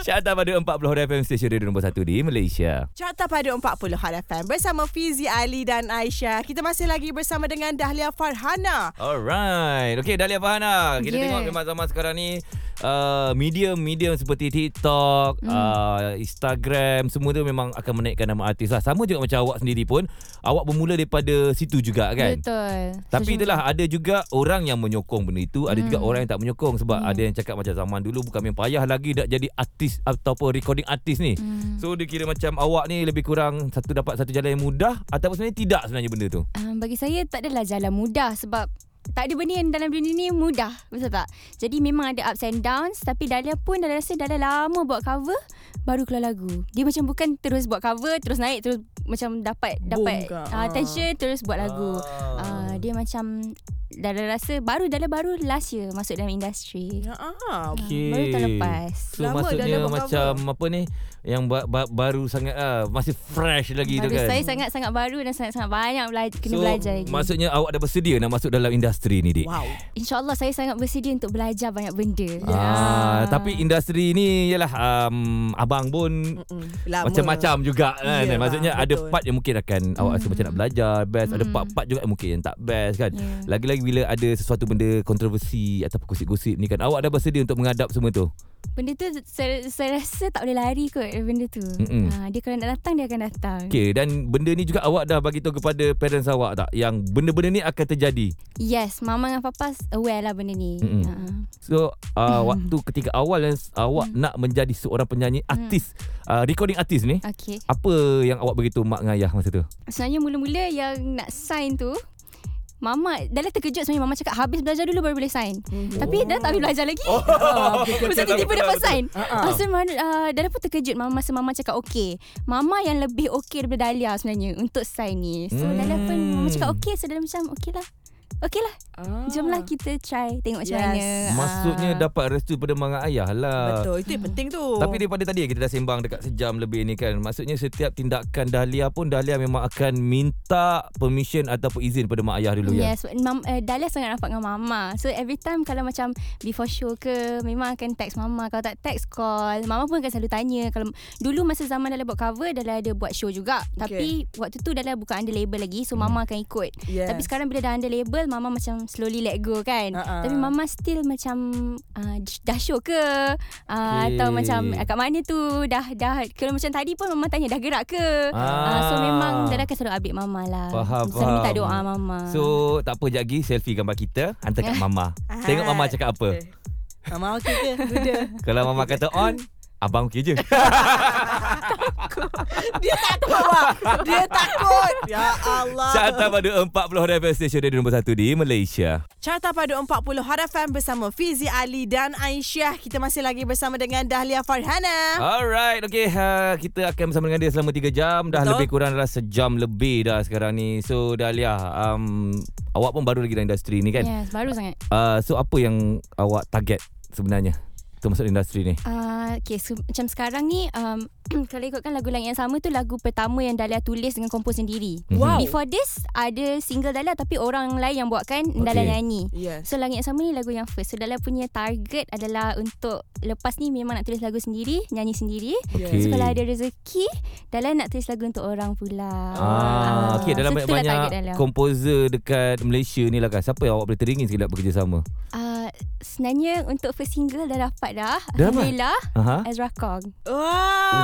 Syata pada 40 Hot FM Station Radio nombor 1 di Malaysia
Carta pada 40 Hot FM bersama Fizi Ali dan Aisyah. Kita masih lagi bersama dengan Dahlia Farhana.
Alright. Okay, Dahlia Fahana. Kita yeah.
Yeah.
tengok memang zaman sekarang ni uh, medium-medium seperti TikTok,
Hmm.
hmm. uh, Instagram, semua tu memang akan menaikkan nama artis lah. Sama juga macam awak sendiri pun, awak bermula daripada situ juga kan?
Betul. Hmm.
Tapi
Social
itulah ada juga orang yang menyokong benda itu, ada juga orang yang tak menyokong sebab
Hmm.
ada yang cakap macam zaman dulu bukan main payah lagi nak jadi artis ataupun recording artis ni.
Hmm.
So dia kira macam awak ni lebih kurang satu dapat satu jalan yang mudah ataupun sebenarnya tidak sebenarnya benda tu.
Um, bagi saya tak adalah jalan mudah sebab tak ada benda yang dalam dunia ni mudah. Betul tak? Jadi memang ada ups and downs tapi Dahlia pun dah rasa Dahlia lama buat cover baru keluar lagu. Dia macam bukan terus buat cover terus naik terus macam dapat
Boom
dapat
ke?
Ah.
uh, attention terus buat lagu. Uh, dia macam Dahlia rasa baru Dahlia baru last year masuk dalam industri.
Ya, ah.
Okey.
Baru tahun lepas.
So
Lama dah
maksudnya
dia buat
macam apa ni yang ba- ba- baru sangat ah, masih fresh lagi tu
Baru
kan.
saya sangat-sangat baru dan sangat-sangat banyak belajar, kena
so,
belajar lagi.
Maksudnya awak dah bersedia nak masuk dalam industri ni dik.
Wow.
InsyaAllah saya sangat bersedia untuk belajar banyak benda. Ya.
Ah, tapi industri ni ialah um, abang pun
Mm-mm. Lama.
macam-macam juga kan.
Yelah,
maksudnya ada
betul.
part yang mungkin akan awak rasa macam nak belajar best, ada part-part juga yang mungkin yang tak best kan.
Yeah.
Lagi-lagi bila ada sesuatu benda kontroversi ataupun gosip-gosip ni kan awak dah bersedia untuk menghadap semua tu.
Benda tu saya, saya rasa tak boleh lari kot dari benda tu.
Mm-mm.
Ha, dia kalau nak datang, dia akan datang.
Okey dan benda ni juga awak dah bagi tahu kepada parents awak tak yang benda-benda ni akan terjadi.
Yes, mama dengan papa aware lah benda ni.
Mm-mm.
Ha.
So
Hmm.
uh, waktu ketika awal yang s- awak nak menjadi seorang penyanyi
Hmm.
artis uh, recording artis ni
Okay.
apa yang awak beritahu mak dengan ayah masa tu?
Sebenarnya mula-mula yang nak sign tu, Mama Dahlia terkejut sebenarnya Mama cakap habis belajar dulu baru boleh sign
Mhm.
Tapi dah tak habis belajar lagi oh. Masa tiba-tiba dapat sign
Ah,
uh-huh. Masa mana, uh, Dahlia pun terkejut Mama Masa Mama cakap okey Mama yang lebih okey daripada Dahlia sebenarnya Untuk sign ni So
Hmm.
Dahlia pun Mama cakap okey So Dahlia macam okey lah Okey lah
Ah.
Jomlah kita try Tengok macam
Yes.
mana
Maksudnya
Ah.
dapat restu daripada mak dengan ayah lah.
Betul. Itu yang penting tu.
Tapi daripada tadi kita dah sembang dekat sejam lebih ni kan. Maksudnya setiap tindakan Dahlia pun Dahlia memang akan minta permission ataupun izin daripada mak ayah dulu ya.
Yes, mam, uh, Dahlia sangat rapat dengan Mama. So every time kalau macam before show ke, memang akan text Mama. Kalau tak text, call. Mama pun akan selalu tanya. Kalau dulu masa zaman Dahlia buat cover, Dahlia ada buat show juga. Okay. Tapi waktu tu Dahlia bukan under label lagi, so
Hmm.
Mama akan ikut.
Yes.
Tapi sekarang bila dah under label, Mama macam slowly let go kan.
Uh-uh.
Tapi Mama still macam uh, dah show ke? Uh,
Okay.
Atau macam "Ah, kat mana tu? Dah, dah. Kalau macam tadi pun Mama tanya, dah gerak ke? Uh, so memang Dahlia akan selalu update Mama
Ah,
lah.
Faham,
Selalu minta
faham.
doa Mama.
So tak apa jap lagi selfie gambar kita hantar
Eh.
kat mama. Tengok mama cakap apa.
Ah. Eh. Mama okey ke? Duda.
Kalau mama kata on, abang okey je.
Dia tak tahu awak. Dia takut. Ya Allah.
Carta pada 40 radio station radio nombor 1 di Malaysia.
Carta Padu 40 Harapan bersama Fizi Ali dan Aisyah. Kita masih lagi bersama dengan Dahlia
Ah.
Farhana.
Ah.
Alright, okay. Ha, kita akan bersama dengan dia selama 3 jam. Dah
Betul.
Betul. lebih kurang dah sejam lebih dah sekarang ni. So, Dahlia, um, awak pun baru lagi dalam industri ni kan? Yeah.
Yes, baru sangat.
Uh, so, apa yang awak target sebenarnya? Untuk masuk industri ni.
Uh, okay, so, macam sekarang ni, um, kalau ikutkan lagu lain yang sama tu, lagu pertama yang Dahlia tulis dengan kompos sendiri.
Mhm.
Wow.
Before this, ada single Dahlia tapi orang lain yang buatkan okay. Dahlia
Okay.
nyanyi.
Yes.
So, lagu yang sama ni lagu yang first. So, Dahlia punya target adalah untuk lepas ni memang nak tulis lagu sendiri, nyanyi sendiri.
Okay.
So, kalau ada rezeki, Dahlia nak tulis lagu untuk orang pula.
Ah, okay, dalam
so, itulah target
banyak-banyak
Dahlia.
komposer dekat Malaysia ni lah kan. Siapa yang awak boleh teringin sekejap bekerjasama?
Uh, sebenarnya untuk first single dah dapat dah.
Dah dapat?
Alhamdulillah,
Aha.
Ezra Kong.
Wow.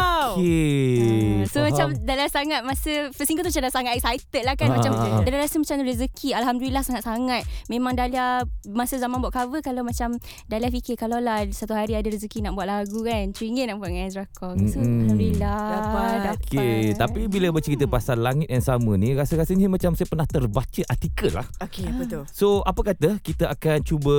Okay.
Ah, So
Eh, faham.
macam Dahlah sangat Masa first single tu Macam dah sangat excited lah kan
Ah,
Macam
ah, ah.
Dahlah rasa macam rezeki Alhamdulillah sangat-sangat Memang Dahlia Masa zaman buat cover Kalau macam Dahlia fikir Kalau lah satu hari ada rezeki Nak buat lagu kan Teringin nak buat dengan Ezra Kong So
Mm-mm.
Alhamdulillah
Dapat.
dapat.
Okay, tapi bila bercerita pasal langit yang sama ni, rasa-rasanya macam saya pernah terbaca artikel lah.
Okey, betul.
So, apa kata kita akan cuba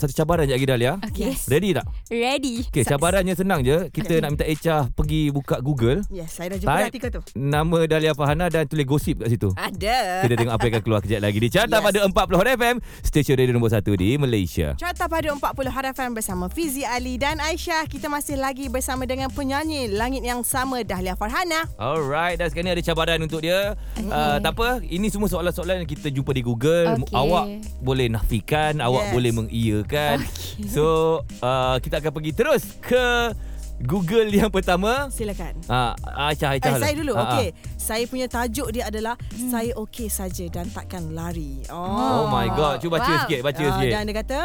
satu cabaran je lagi Dahlia.
Okay Ah, yes.
Ready tak?
Ready
Okay, cabarannya senang je. Kita nak minta Echa pergi buka Google,
Yes, saya dah jumpa
Type.
artikel tu.
nama Dahlia Fahana dan tulis gosip kat situ.
Ada.
Kita tengok apa yang akan keluar kejap lagi. Di carta
Yes.
pada 40 FM, stesen radio nombor 1 di Malaysia.
Carta Padu 40 Harapan bersama Fizi Ali dan Aisyah. Kita masih lagi bersama dengan penyanyi Langit Yang Sama Dahlia Farhana.
Alright, dan sekarang ni ada cabaran untuk dia. Okay. Uh, tak apa, ini semua soalan-soalan yang kita jumpa di Google.
Okey.
Awak boleh nafikan, awak
Yes.
ah, boleh mengiyakan. Okay. So, uh, kita akan pergi terus ke Google yang pertama.
Silakan.
Ah, Aisyah, Aisyah.
Eh,
lah.
saya dulu.
Ah, ah.
Okey. Saya punya tajuk dia adalah saya okey saja dan takkan lari. Oh.
Oh my god, cuba cheer
Wow.
sikit, baca
Ah,
sikit.
dan dia kata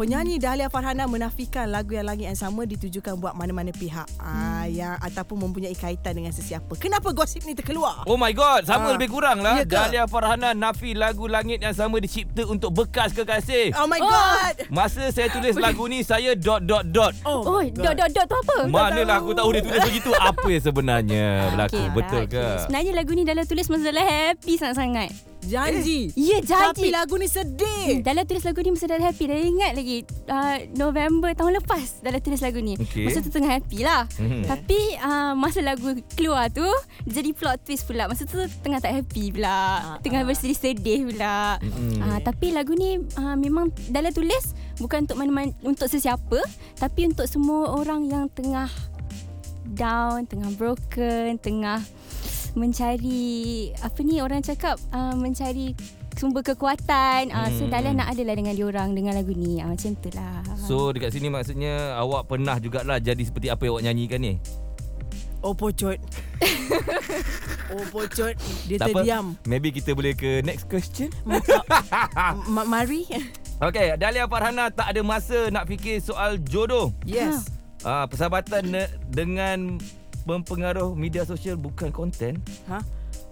penyanyi Dahlia Farhana menafikan lagu yang lagi yang sama ditujukan buat mana-mana pihak ah, yang ataupun mempunyai kaitan dengan sesiapa. Kenapa gosip ni terkeluar?
Oh my god, sama
Ah.
lebih kurang lah.
Ya ke?
Dahlia Farhana nafi lagu langit yang sama dicipta untuk bekas kekasih.
Oh my god.
Masa saya tulis lagu ni saya dot dot dot.
Oh, dot dot dot tu apa?
Manalah aku tahu dia tulis begitu apa yang sebenarnya berlaku
Okey,
betul
alright,
ke?
okey. Sebenarnya lagu ni Dahlia tulis masa Dahlia happy sangat-sangat.
Janji.
Eh.
Hmm,
Ya,
Tapi
janji.
lagu ni sedih.
Dahlia Hmm, tulis lagu ni masa Dahlia happy. Dahlia ingat lagi uh, November tahun lepas Dahlia tulis lagu ni.
Okey.
Masa tu tengah happy lah.
Mhm.
Tapi uh, masa lagu keluar tu jadi plot twist pula. Masa tu tengah tak happy pula.
Ah, ah.
tengah bersedih-sedih pula.
Mm-mm.
Uh, tapi lagu ni uh, memang Dahlia tulis bukan untuk mana-mana untuk sesiapa tapi untuk semua orang yang tengah down, tengah broken, tengah mencari apa ni orang cakap uh, mencari sumber kekuatan. Uh,
Hmm.
so Dahlia nak adalah dengan diorang dengan lagu ni. Uh, macam tu lah.
So dekat sini maksudnya awak pernah jugalah jadi seperti apa yang awak nyanyikan ni.
Oh pocut. oh pocut. Dia
Tak apa.
terdiam.
Maybe kita boleh ke next question.
Ma- mari.
Okay, Dahlia Farhana tak ada masa nak fikir soal jodoh.
Yes.
Ah, persahabatan ne- dengan mempengaruh media sosial bukan konten.
Ha?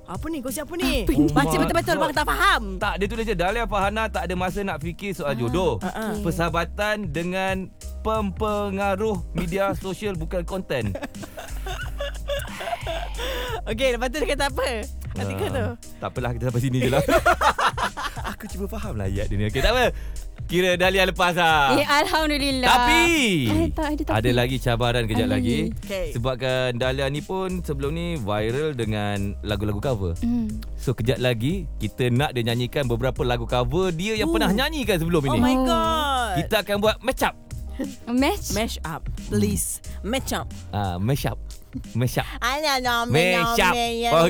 Apa ni? Gosip apa ni?
ni?
Baca betul-betul
Oh my
bang tak faham.
Tak, dia tulis je Dahlia Farhana tak ada masa nak fikir soal jodoh.
ah,
ah.
Persahabatan dengan pempengaruh media sosial bukan konten.
Okey, lepas tu dia kata apa? Nanti kau tu.
Ah, Tak apalah kita sampai sini je lah. Aku cuba faham lah ayat dia ni. Okey, tak apa. Kira Dahlia lepas lah.
Ya
Eh, Alhamdulillah.
Tapi
Eh, tak ada tapi.
ada lagi cabaran kejap
Ada
lagi.
lagi.
Okey.
Sebabkan Dahlia ni pun sebelum ni viral dengan lagu-lagu cover.
Hmm.
So kejap lagi kita nak dia nyanyikan beberapa lagu cover dia yang
Ooh.
pernah nyanyikan sebelum
Oh
ini.
my
Oh.
god.
Kita akan buat match up.
Match.
Mash up Please Match up
Ah, mash up. Mash up.
Alah no
Mash up.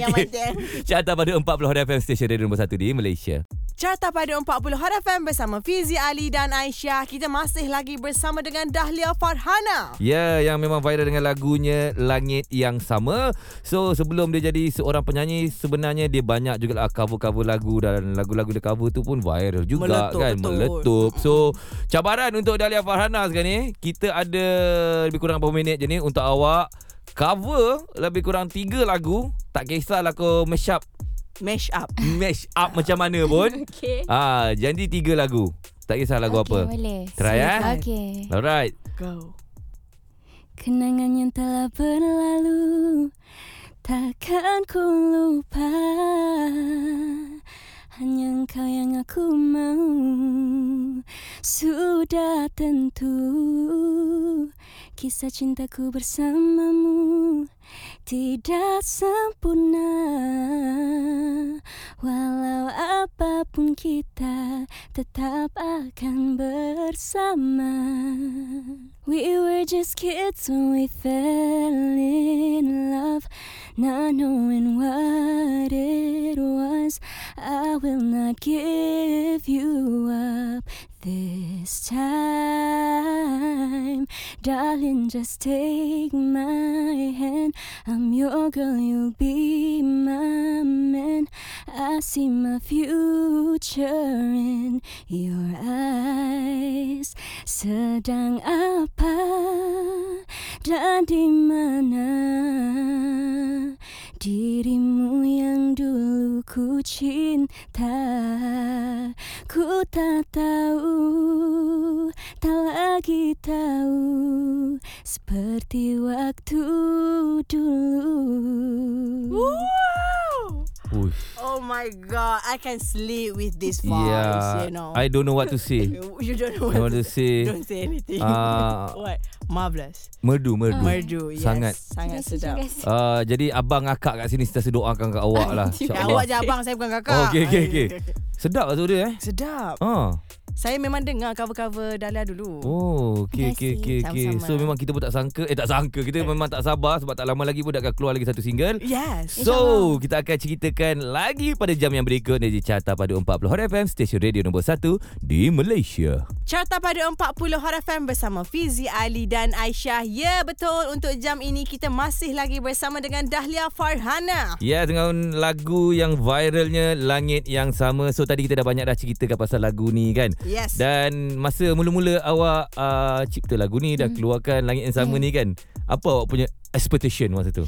Okey. Carta pada 40 Hot FM Station Radio nombor 1 di Malaysia.
Carta pada 40 Hot FM bersama Fizi Ali dan Aisyah. Kita masih lagi bersama dengan Dahlia Farhana.
Ya, yang memang viral dengan lagunya Langit Yang Sama. So, sebelum dia jadi seorang penyanyi, sebenarnya dia banyak juga lah cover-cover lagu dan lagu-lagu dia cover tu pun viral juga
Meletup,
kan.
betul.
Meletup. So, cabaran untuk Dahlia Farhana sekarang ni, kita ada lebih kurang berapa minit je ni untuk awak cover lebih kurang tiga lagu. Tak kisahlah kau mash up,
Mash up.
mash up macam mana pun.
Okay.
Ah, janji tiga lagu. Tak kisah lagu
okay,
apa.
Boleh.
Try, eh?
Okay.
Alright.
Go.
Kenangan yang telah berlalu Takkan ku lupa Hanya engkau yang aku mau Sudah tentu Kisah cintaku bersamamu Tidak sempurna Walau apapun kita Tetap akan bersama We were just kids when we fell in love, not knowing what it was. I will not give you up this time. Darling, just take my hand. I'm your girl, you'll be my man. I see my future in your eyes. Sedang apa dan di mana dirimu yang dulu ku cinta Ku tak tahu, tak lagi tahu Seperti waktu dulu
Woo!
Uish.
Oh my god, I can sleep with this voice,
Yeah,
you know.
I don't know what to say.
You you don't know
I
what
want
to
to say
Don't say anything.
Ah.
what? Marvelous.
merdu merdu.
Ah.
Merdu. Yes.
Hmm. Sangat.
Sangat sedap.
Uh, jadi abang akak kat sini sentiasa doakan kat awak lah.
Ya,
InsyaAllah.
awak je abang, saya bukan kakak.
Oh, okey okey okey. Sedap lah tu dia eh.
Sedap.
Ha.
Saya memang dengar cover-cover Dahlia dulu.
Oh, okey okey
Terima kasih.
okey okey.
Sama-sama.
So memang kita pun tak sangka, eh tak sangka, kita memang tak sabar sebab tak lama lagi pun dah akan keluar lagi satu single.
Yes.
So, kita akan ceritakan lagi pada jam yang berikutnya di Carta Padu 40 Hot FM, stesen radio nombor 1 di Malaysia.
Carta pada 40 Hot FM bersama Fizi Ali dan Aisyah. Ya betul untuk jam ini kita masih lagi bersama dengan Dahlia Farhana.
Ya dengan lagu yang viralnya Langit Yang Sama So tadi kita dah banyak dah ceritakan pasal lagu ni kan
Yes.
Dan masa mula-mula awak uh, cipta lagu ni Dah keluarkan Langit Yang Sama ni kan Apa awak punya expectation masa tu?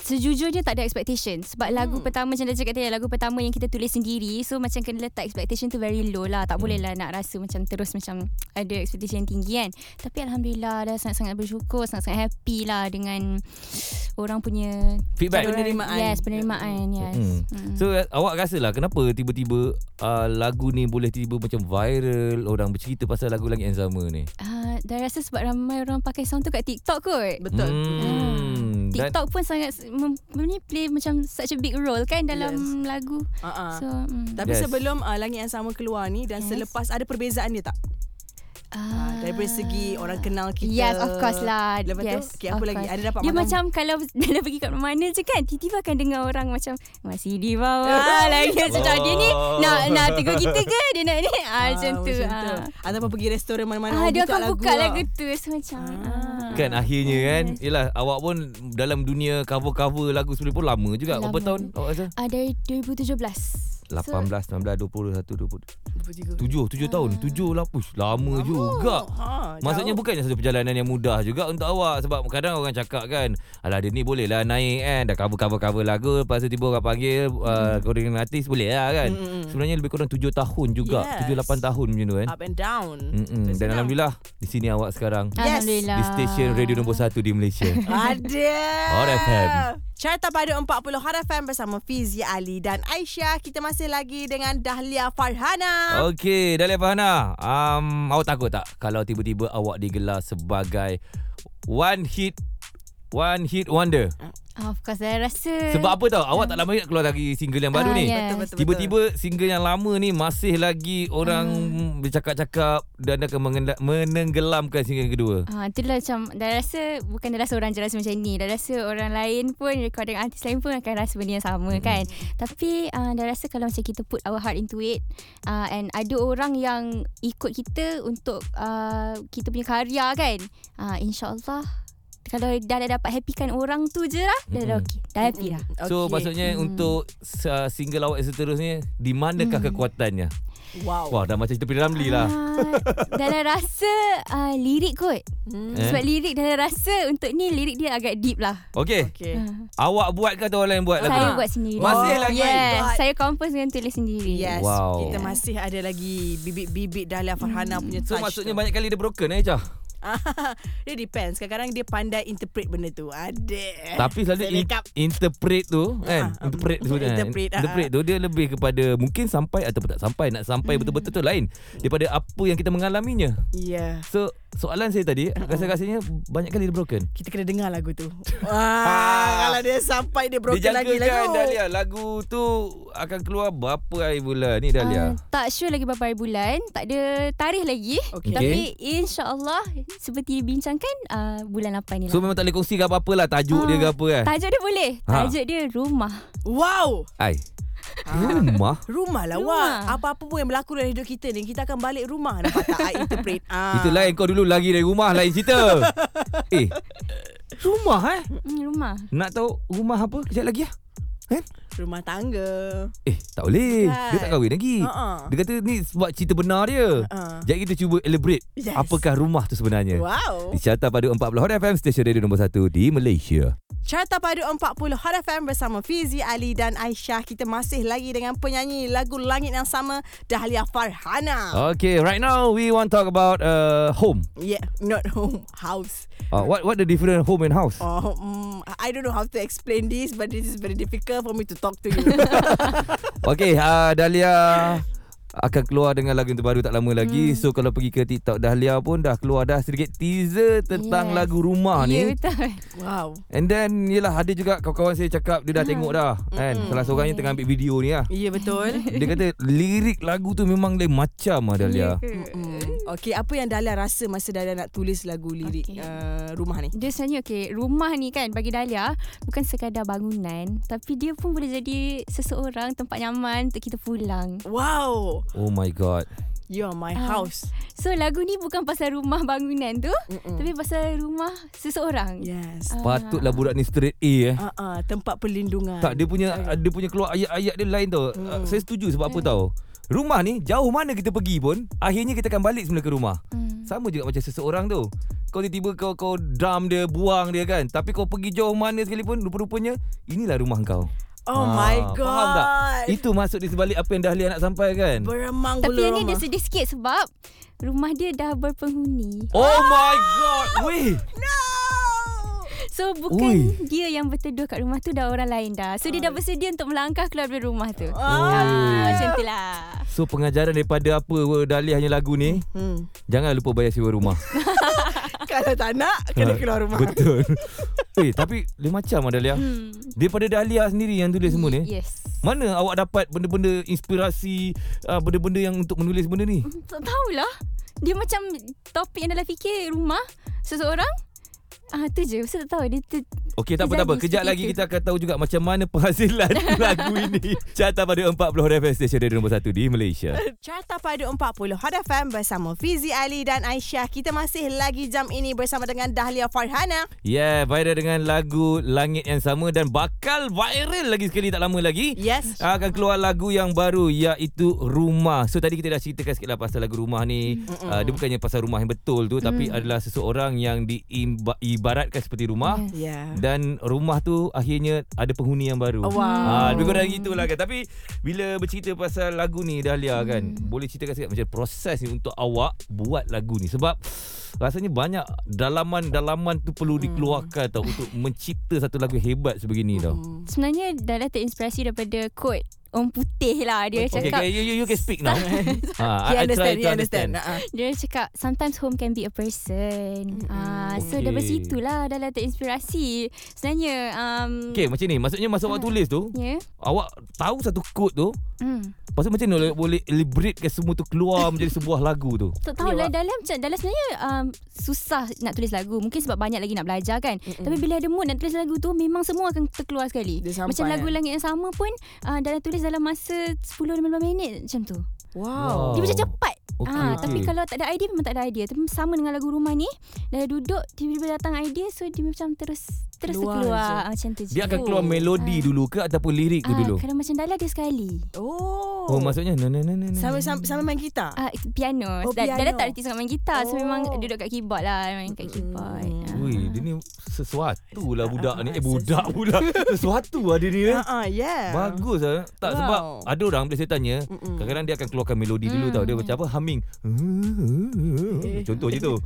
Sejujurnya tak ada expectation Sebab lagu
Hmm.
pertama Macam dah cakap tadi Lagu pertama yang kita tulis sendiri So macam kena letak expectation tu Very low lah Tak boleh lah
Hmm.
nak rasa Macam terus macam Ada expectation yang tinggi kan Tapi Alhamdulillah Dah sangat-sangat bersyukur Sangat-sangat happy lah Dengan Orang punya
Feedback
Penerimaan.
Yes penerimaan Yes
Hmm.
Mm.
So uh, awak rasa lah kenapa tiba-tiba uh, lagu ni boleh tiba macam viral Orang bercerita pasal lagu Langit Yang Sama ni
Ah, dah rasa sebab ramai orang pakai sound tu kat TikTok kot.
Betul.
hmm. Dan
TikTok pun sangat mem, mem, play macam such a big role kan dalam
Yes.
lagu.
Uh-uh.
So, mm.
Tapi
Yes.
yes. sebelum uh, Langit Yang Sama keluar ni dan
Yes. Ah.
yes. selepas ada perbezaan dia tak? Uh, daripada segi orang kenal kita.
Yes, of course lah.
Lepas tu,
yes,
okay, apa
of
lagi?
course.
Ada dapat
Dia
makan?
macam kalau dah pergi kat mana je kan, tiba-tiba akan dengar orang macam masih di
Ah,
bawah lagi
ya.
macam dia ni nak nak tegur kita ke dia nak ni ah, macam tu.
Oh. Macam tu.
ah.
Ataupun pergi restoran mana-mana
Ah,
orang
dia akan buka
lah.
lagu tu so, macam. Ah.
Kan akhirnya kan Yelah awak pun Dalam dunia cover-cover lagu sebelum pun lama juga Berapa
Lama.
tahun awak rasa?
Ah, dari 2017.
18, 19, 20,
23.
21, 20 7, 7 tahun 7 lah Push lama juga
Ha,
Maksudnya bukannya satu perjalanan yang mudah juga untuk awak Sebab kadang orang cakap kan Alah dia ni boleh lah naik kan Dah cover-cover-cover lagu Lepas tu tiba orang panggil uh, Kau dengan artis boleh lah kan
Mm-mm.
Sebenarnya lebih kurang 7 tahun juga
Yes.
7-8 tahun macam tu kan
up and down.
Mm-mm. Dan Alhamdulillah Di sini awak sekarang
Yes.
Alhamdulillah.
Di stesen radio nombor 1 di Malaysia
Ada.
Hot FM.
Carta pada 40 Hot FM bersama Fizi Ali dan Aisyah. Kita masih lagi dengan Dahlia
Oh,
Farhana.
Okey, Dahlia Fahana. Um, awak takut tak kalau tiba-tiba awak digelar sebagai one hit one hit wonder?
Ah, of course, saya rasa.
Sebab apa tau? Awak tak lama lagi nak keluar lagi single yang baru
Ah,
ni.
yes.
Tiba-tiba single yang lama ni masih lagi orang
Hmm.
bercakap-cakap dan akan mengenda- menenggelamkan single kedua.
Ha, itulah macam dah rasa bukan dah rasa orang je rasa macam ni. Dah rasa orang lain pun recording artis lain pun akan rasa benda yang sama mm. kan. Tapi uh, dah rasa kalau macam kita put our heart into it uh, and ada orang yang ikut kita untuk uh, kita punya karya kan. Uh, InsyaAllah kalau dah, dah dapat happykan orang tu je lah dah, dah
Mm-mm.
okey. Dah happy lah. dah.
So maksudnya
Hmm.
untuk uh, single awak yang seterusnya di manakah
Hmm.
kekuatannya?
wow.
Wah, dah macam cerita P. Ramli lah.
Ah, dah dah rasa uh, lirik kot.
Hmm.
Eh?
Sebab lirik dah dah rasa untuk ni lirik dia agak deep lah.
Okey,
Okay.
awak buat ke atau orang lain buat
Saya
Eh. lagu?
buat sendiri.
Masih lagi?
Yes,
God.
Eh, saya compose dengan tulis sendiri.
Yes.
Wow. Hmm,
Kita masih ada lagi bibit-bibit Dahlia Farhana punya touch.
So maksudnya
tu.
banyak kali dia broken eh, Cah?
dia depends. Kadang-kadang dia pandai interpret benda tu. Ada.
Tapi selalu
Eh, Saya
in,
makeup.
interpret tu kan
Ah,
interpret
mm,
sebenarnya
interpret, ah,
interpret tu dia lebih kepada mungkin sampai ataupun tak sampai nak sampai
Hmm.
betul-betul tu lain daripada apa yang kita mengalaminya.
Yeah.
So soalan saya tadi rasa-rasanya banyak kali dia broken.
Kita kena dengar lagu tu. Wah, kalau dia sampai dia broken
dia
lagi lah,
jangkakan
lagu.
Dahlia lagu tu akan keluar berapa hari bulan ni
Uh,
Dahlia?
tak sure lagi berapa hari bulan Tak ada tarikh lagi
Okey.
okay. Tapi insyaAllah Seperti dibincangkan uh, Bulan 8 ni
So
lah
memang tak boleh kongsi apa-apa lah Tajuk
Ah,
dia ke apa kan
Tajuk dia boleh
Ha.
Tajuk dia rumah
Wow.
Ai Rumah
Rumah lah
Rumah.
Wak Apa-apa pun yang berlaku dalam hidup kita ni Kita akan balik rumah Nampak tak I interpret ah.
Itu lain kau dulu lagi dari rumah Lain cerita Eh Rumah eh
hmm, Rumah
Nak tahu rumah apa Kejap lagi lah Kan
Rumah tangga
Eh tak boleh
Bukan.
Dia tak kahwin lagi
Ha-ha.
Dia kata ni sebab cerita benar dia
Ha.
Jadi kita cuba elaborate
Yes.
Apakah rumah tu sebenarnya
Wow
Di Carta Padu 40 Hot FM Stesen radio nombor 1 di Malaysia
Carta Padu 40 Hot FM bersama Fizi Ali dan Aisyah Kita masih lagi dengan penyanyi lagu Langit Yang Sama Dahlia Farhana
Okay right now We want talk about uh, Home
Yeah, not home, house
uh, What what the different home and house
Oh, mm, I don't know how to explain this But this is very difficult for me to talk to you
Okay uh, Dahlia akan keluar dengan lagu yang terbaru tak lama lagi. Hmm. So kalau pergi ke TikTok Dahlia pun dah keluar dah sedikit teaser tentang
Yes.
lagu rumah
Ya
ni.
betul
Wow.
And then yelah ada juga kawan-kawan saya cakap dia dah
Hmm.
tengok dah kan. Salah seorangnya tengah ambil video ni lah.
Ya betul.
Dia kata lirik lagu tu memang lain macam lah Dahlia.
Ya ke?
Mm-mm. Okey, apa yang Dahlia rasa masa Dahlia nak tulis lagu lirik okay.
Okey.
uh, rumah ni?
Dia sebenarnya okay, rumah ni kan bagi Dahlia bukan sekadar bangunan tapi dia pun boleh jadi seseorang tempat nyaman untuk kita pulang.
Wow,
Oh my god.
you are my
Ah.
house.
So lagu ni bukan pasal rumah bangunan tu
Mm-mm.
tapi pasal rumah seseorang.
Yes.
Ah.
Patutlah budak ni straight A eh.
Uh, uh, tempat perlindungan.
Tak dia punya ah, dia punya keluar ayat-ayat dia lain tau. Hmm. Saya setuju sebab apa tau? Rumah ni jauh mana kita pergi pun akhirnya kita akan balik semula ke rumah.
Hmm.
Sama juga macam seseorang tu. Kau tiba-tiba kau kau drum dia, buang dia kan. Tapi kau pergi jauh mana sekalipun rupa-rupanya inilah rumah kau.
Oh
Ah,
my god.
Faham tak? Itu maksud di sebalik apa yang Dahlia nak kan? sampaikan.
Beremang
Tapi
bulu
yang ni
rumah.
dia sedih sikit sebab rumah dia dah berpenghuni.
Oh my god. Weh.
No!
So bukan
Ui.
dia yang berteduh kat rumah tu dah orang lain dah. So dia dah bersedia untuk melangkah keluar dari rumah tu. Ah,
Oh.
macam tu lah.
So pengajaran daripada apa Dahlia hanya lagu ni,
Hmm.
jangan lupa bayar sewa rumah. Ah,
Kalau tak nak, kena keluar rumah.
Betul. Weh, tapi dia macam lah Dahlia. Hmm. Daripada Dahlia sendiri yang tulis semua ni.
Yes.
Mana awak dapat benda-benda inspirasi, uh, benda-benda yang untuk menulis benda ni?
Tak tahulah. Dia macam topik yang dalam fikir rumah seseorang. Ah tu je. Saya tak tahu dia ter...
Okey tak apa tak apa.
Jadi
Kejap
seperti
lagi
itu.
kita akan tahu juga macam mana penghasilan lagu ini. Carta pada 40 FM station radio nombor 1 di Malaysia.
Carta Padu 40 Hot FM bersama Fizi Ali dan Aisyah. Kita masih lagi jam ini bersama dengan Dahlia Farhana.
Yeah, Ya, viral dengan lagu Langit Yang Sama dan bakal viral lagi sekali tak lama lagi.
Yes.
Akan keluar lagu yang baru iaitu Rumah. So tadi kita dah ceritakan sikit lah pasal lagu Rumah ni. Uh, dia bukannya pasal rumah yang betul tu tapi adalah seseorang yang diibaratkan seperti rumah.
Yeah.
Eh. Dan rumah tu akhirnya ada penghuni yang baru.
Oh, Wow.
Ah, lebih kurang gitulah kan. Tapi bila bercerita pasal lagu ni
Hmm.
Dahlia kan, boleh ceritakan sikit macam proses ni untuk awak buat lagu ni sebab rasanya banyak dalaman-dalaman tu
Hmm.
perlu dikeluarkan tau untuk mencipta satu lagu hebat sebegini
Hmm.
tau.
sebenarnya Dahlah terinspirasi daripada kod Om Putih lah dia
Okay,
cakap.
okay, you, you, you can speak now. ha,
He understand, he understand. Uh-uh.
Dia cakap sometimes home can be a person. Ah so
Okey.
dari situlah Dahlah terinspirasi. Sebenarnya um
Okay, macam ni. Maksudnya masa
Hmm.
awak tulis tu,
ya.
awak tahu satu kod tu,
Hmm.
lepas tu macam mana boleh elaborate ke semua tu keluar menjadi sebuah lagu tu?
Tak tahu lah dalam macam dalam sebenarnya um, susah nak tulis lagu. Mungkin sebab banyak lagi nak belajar kan. Mm-mm. Tapi bila ada mood nak tulis lagu tu memang semua akan terkeluar sekali.
Dia sampai,
Macam lagu
eh?
langit yang sama pun uh, dalam tulis dalam masa 10-15 minit macam tu.
Wow.
Wow.
Dia macam cepat.
Okey,
ah,
okey.
tapi kalau tak ada idea memang tak ada idea. Tapi sama dengan lagu rumah ni, dah duduk tiba-tiba datang idea so dia macam terus terus
Keluar
keluar, keluar.
je. Oh.
Ah, macam tu. je.
Dia akan keluar melodi
Ah.
dulu ke ataupun lirik tu
Ah,
dulu?
Kalau macam Dahlah dia sekali.
Oh.
Oh, maksudnya na na na na. na.
Sama sama, sama main gitar.
Ah, it's piano.
Oh,
Dah,
piano.
Dahlah tak reti sangat main gitar.
Oh.
So memang duduk kat keyboard lah. Main kat keyboard. Ah.
Ui, dia ni sesuatu lah budak ni. Eh,
Sesuatu.
budak pula. sesuatu lah dia ni.
Ah,
eh.
Uh-uh, yeah.
Bagus lah. Tak
Wow.
sebab ada orang bila saya tanya,
Mm.
kadang-kadang dia akan keluarkan melodi dulu tau. Dia macam apa? Humming.
Eh.
Contoh je tu.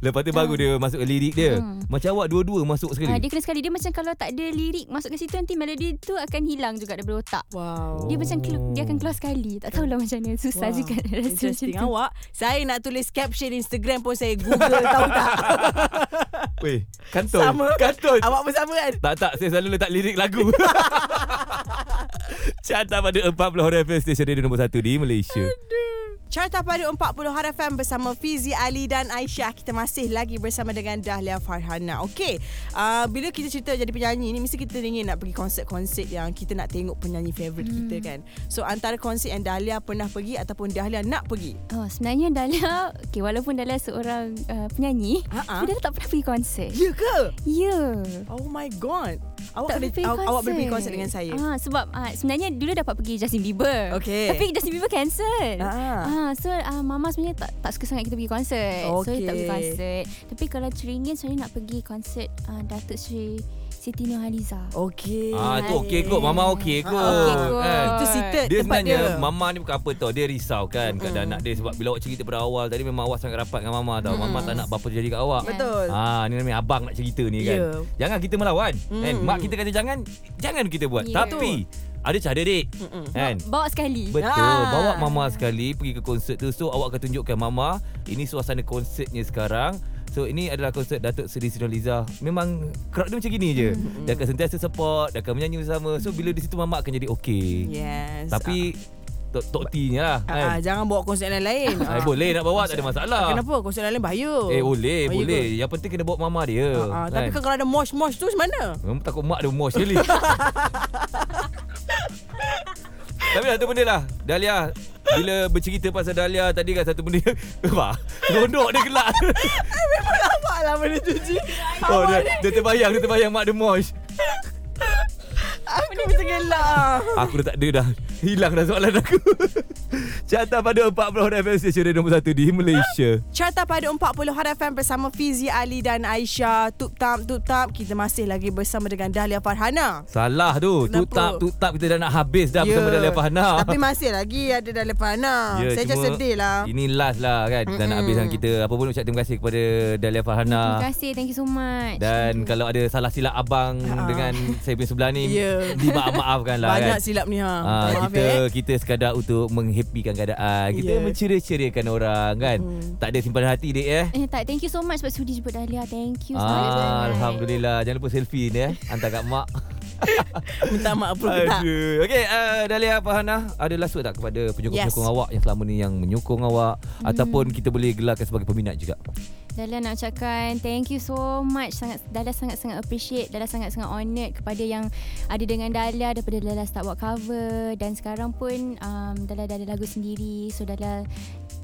Lepas tu baru dia masuk ke lirik dia. Macam awak dua-dua masuk
Mm. Ah,
sekali.
dia kena sekali Dia macam kalau tak ada lirik Masuk ke situ nanti Melodi tu akan hilang juga Daripada otak
Wow.
Oh.
Dia macam kelu- Dia akan keluar sekali Tak tahulah macam mana Susah
Wow.
juga rasa macam
Interesting
tu.
awak Saya nak tulis caption Instagram pun Saya google tahu tak
Weh, kantoi.
Sama
Kantoi.
Awak pun sama kan
Tak tak Saya selalu letak lirik lagu Carta pada 40 FM Station Radio nombor 1 di Malaysia
Carta pada 40 Hot FM bersama Fizi Ali dan Aisyah. Kita masih lagi bersama dengan Dahlia Farhana. Okey, uh, bila kita cerita jadi penyanyi ni, mesti kita ingin nak pergi konsert-konsert yang kita nak tengok penyanyi favourite hmm. kita kan. So, antara konsert yang Dahlia pernah pergi ataupun Dahlia nak pergi.
Oh, sebenarnya Dahlia okay, Walaupun Dahlia seorang uh, penyanyi
Ha, ha.
uh-huh. Dahlia tak pernah pergi konsert Ya
Ya ke?
yeah.
Oh my God. Awak
Tak
boleh,
pergi
awak,
konsert
awak boleh pergi konsert dengan saya.
ah, Sebab ah, sebenarnya dulu dapat pergi Justin Bieber
Okey.
Tapi Justin Bieber cancel
Ah.
ah, So ah, Mama sebenarnya tak, tak suka sangat kita pergi konsert So dia tak
Okey.
pergi konsert Tapi kalau Ceringin sebenarnya nak pergi konsert ah, Datuk Seri Siti Nurhaliza
Oh. Okey.
Ah tu okey kot Mama okey kot
Ha,
kan?
okey
kot.
eh.
Itu seated
Dia
tempat dia.
sebenarnya Mama ni bukan apa tau Dia risau kan Keadaan anak dia Sebab bila awak cerita pada awal Tadi memang awak sangat rapat dengan Mama tau Mama tak nak apa terjadi kat awak
Mm. Betul.
Ah, ni namanya abang nak cerita ni kan.
Ya. Mm.
Jangan kita melawan. Kan? Mak kita kata jangan, jangan kita buat.
Ya.
Tapi Ada cara dik.
Mm-mm.
Kan?
Bawa sekali.
Betul.
Ah.
Bawa mama sekali pergi ke konsert tu. So awak akan tunjukkan mama, ini suasana konsertnya sekarang. So ini adalah konsert Datuk Seri Sinoliza. Memang crowd dia macam gini je. Mm-hmm. Dia akan sentiasa support, dia akan menyanyi bersama. So bila di situ mama akan jadi okey.
Yes.
Tapi tok tok T nya lah.
Ah, ah, ah,
Kan?
jangan bawa konsert lain-lain. Ah.
Saya boleh nak bawa tak ada masalah.
Kenapa konsert lain-lain bahaya?
Ah. Eh boleh,
Bahaya
boleh.
Oh, ya ke?
Yang penting kena bawa mama dia.
Ah, ah, tapi kan
kan?
kalau ada mosh-mosh tu macam mana?
Memang takut mak dia mosh sekali. Tapi satu benda lah Dahlia Bila bercerita pasal Dahlia Tadi kan satu benda Wah Gondok dia gelak
Awak lah benda tu Ji Awak
oh, dia,
ni
dia terbayang Dia terbayang mak dia mosh
Aku macam gelak
Aku dah tak ada dah Hilang dah soalan aku Carta pada 40 FM Station Radio nombor 1 di Malaysia
Carta pada 40 Hot FM bersama Fizi Ali dan Aisyah Tup Tap Tup Tap Kita masih lagi bersama dengan Dahlia Farhana
Salah tu
Kenapa? Ya.
Tutap Tutap kita dah nak habis dah yeah. Bersama Dahlia Fahana
Tapi masih lagi ada Dahlia Farhana
Ya,
Saya macam
cuma
sedih lah
Ini last lah kan Kita nak habiskan kita Apa pun ucap terima kasih kepada Dahlia Fahana
Terima kasih. Thank you so much.
Dan kalau ada salah silap abang
Ha.
dengan saya punya sebelah ni
Ya.
dimaaf-maafkanlah
Banyak
kan.
silap ni ha.
Ah,
Maaf
kita
eh.
kita sekadar untuk menghappykan keadaan. Kita
Ya. Hmm.
menceria-ceriakan orang kan. Tak ada simpan hati dek eh.
Eh, tak, thank you so much sebab sudi jemput Dahlia. Thank you. so much.
Ah, Alhamdulillah. Jangan lupa selfie ni eh. Hantar kat mak.
Minta maaf pun tak
Aduh. Okey, uh, Dahlia Fahana, ada last word tak kepada penyokong-penyokong
Yes. Hmm.
awak yang selama ni yang menyokong awak ataupun kita boleh gelarkan sebagai peminat juga.
Dahlia nak ucapkan thank you so much sangat Dahlia sangat-sangat appreciate Dahlia sangat-sangat honoured kepada yang ada dengan Dahlia daripada Dahlia start buat cover dan sekarang pun um, Dahlia dah ada lagu sendiri so Dahlia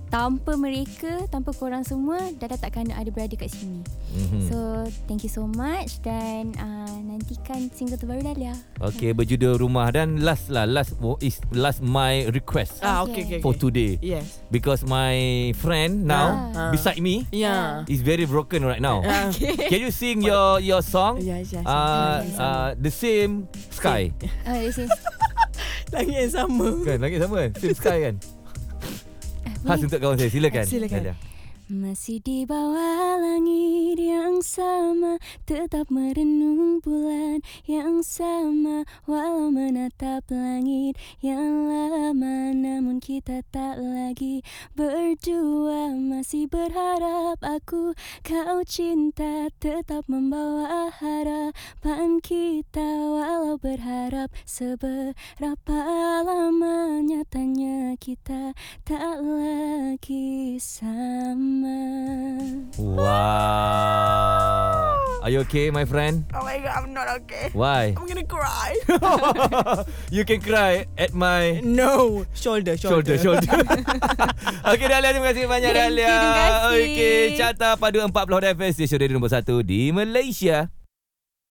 tanpa mereka tanpa korang semua Dahlia takkan ada berada kat sini
Mhm.
so thank you so much dan uh, nantikan single terbaru Dahlia
Okey, berjudul Rumah dan last lah last is last my request
Ah, okay, okay, okay.
for today.
Yes
because my friend now
Ah.
beside me
Ya
is very broken right now.
Ah.
Can you sing your your song?
Ya, ya, ya.
Uh, uh, the same sky.
uh, this is
Langit yang sama
kan lagi sama kan? Same sky kan? Khas untuk kawan saya silakan.
Silakan.
Ada.
Masih di bawah langit yang sama Tetap merenung bulan yang sama Walau menatap langit yang lama Namun kita tak lagi berdua Masih berharap aku kau cinta Tetap membawa harapan kita Walau berharap seberapa lama Nyatanya kita tak lagi sama.
Wow. Are you okay my friend?
Oh my god I'm not okay
Why?
I'm gonna cry
you can cry at my
No Shoulder
Shoulder,
Shoulder,
shoulder. Okey Dahlia, terima kasih banyak
Thank you,
Dahlia.
terima kasih.
Okey, carta padu 40 FM stesen radio nombor 1 di Malaysia.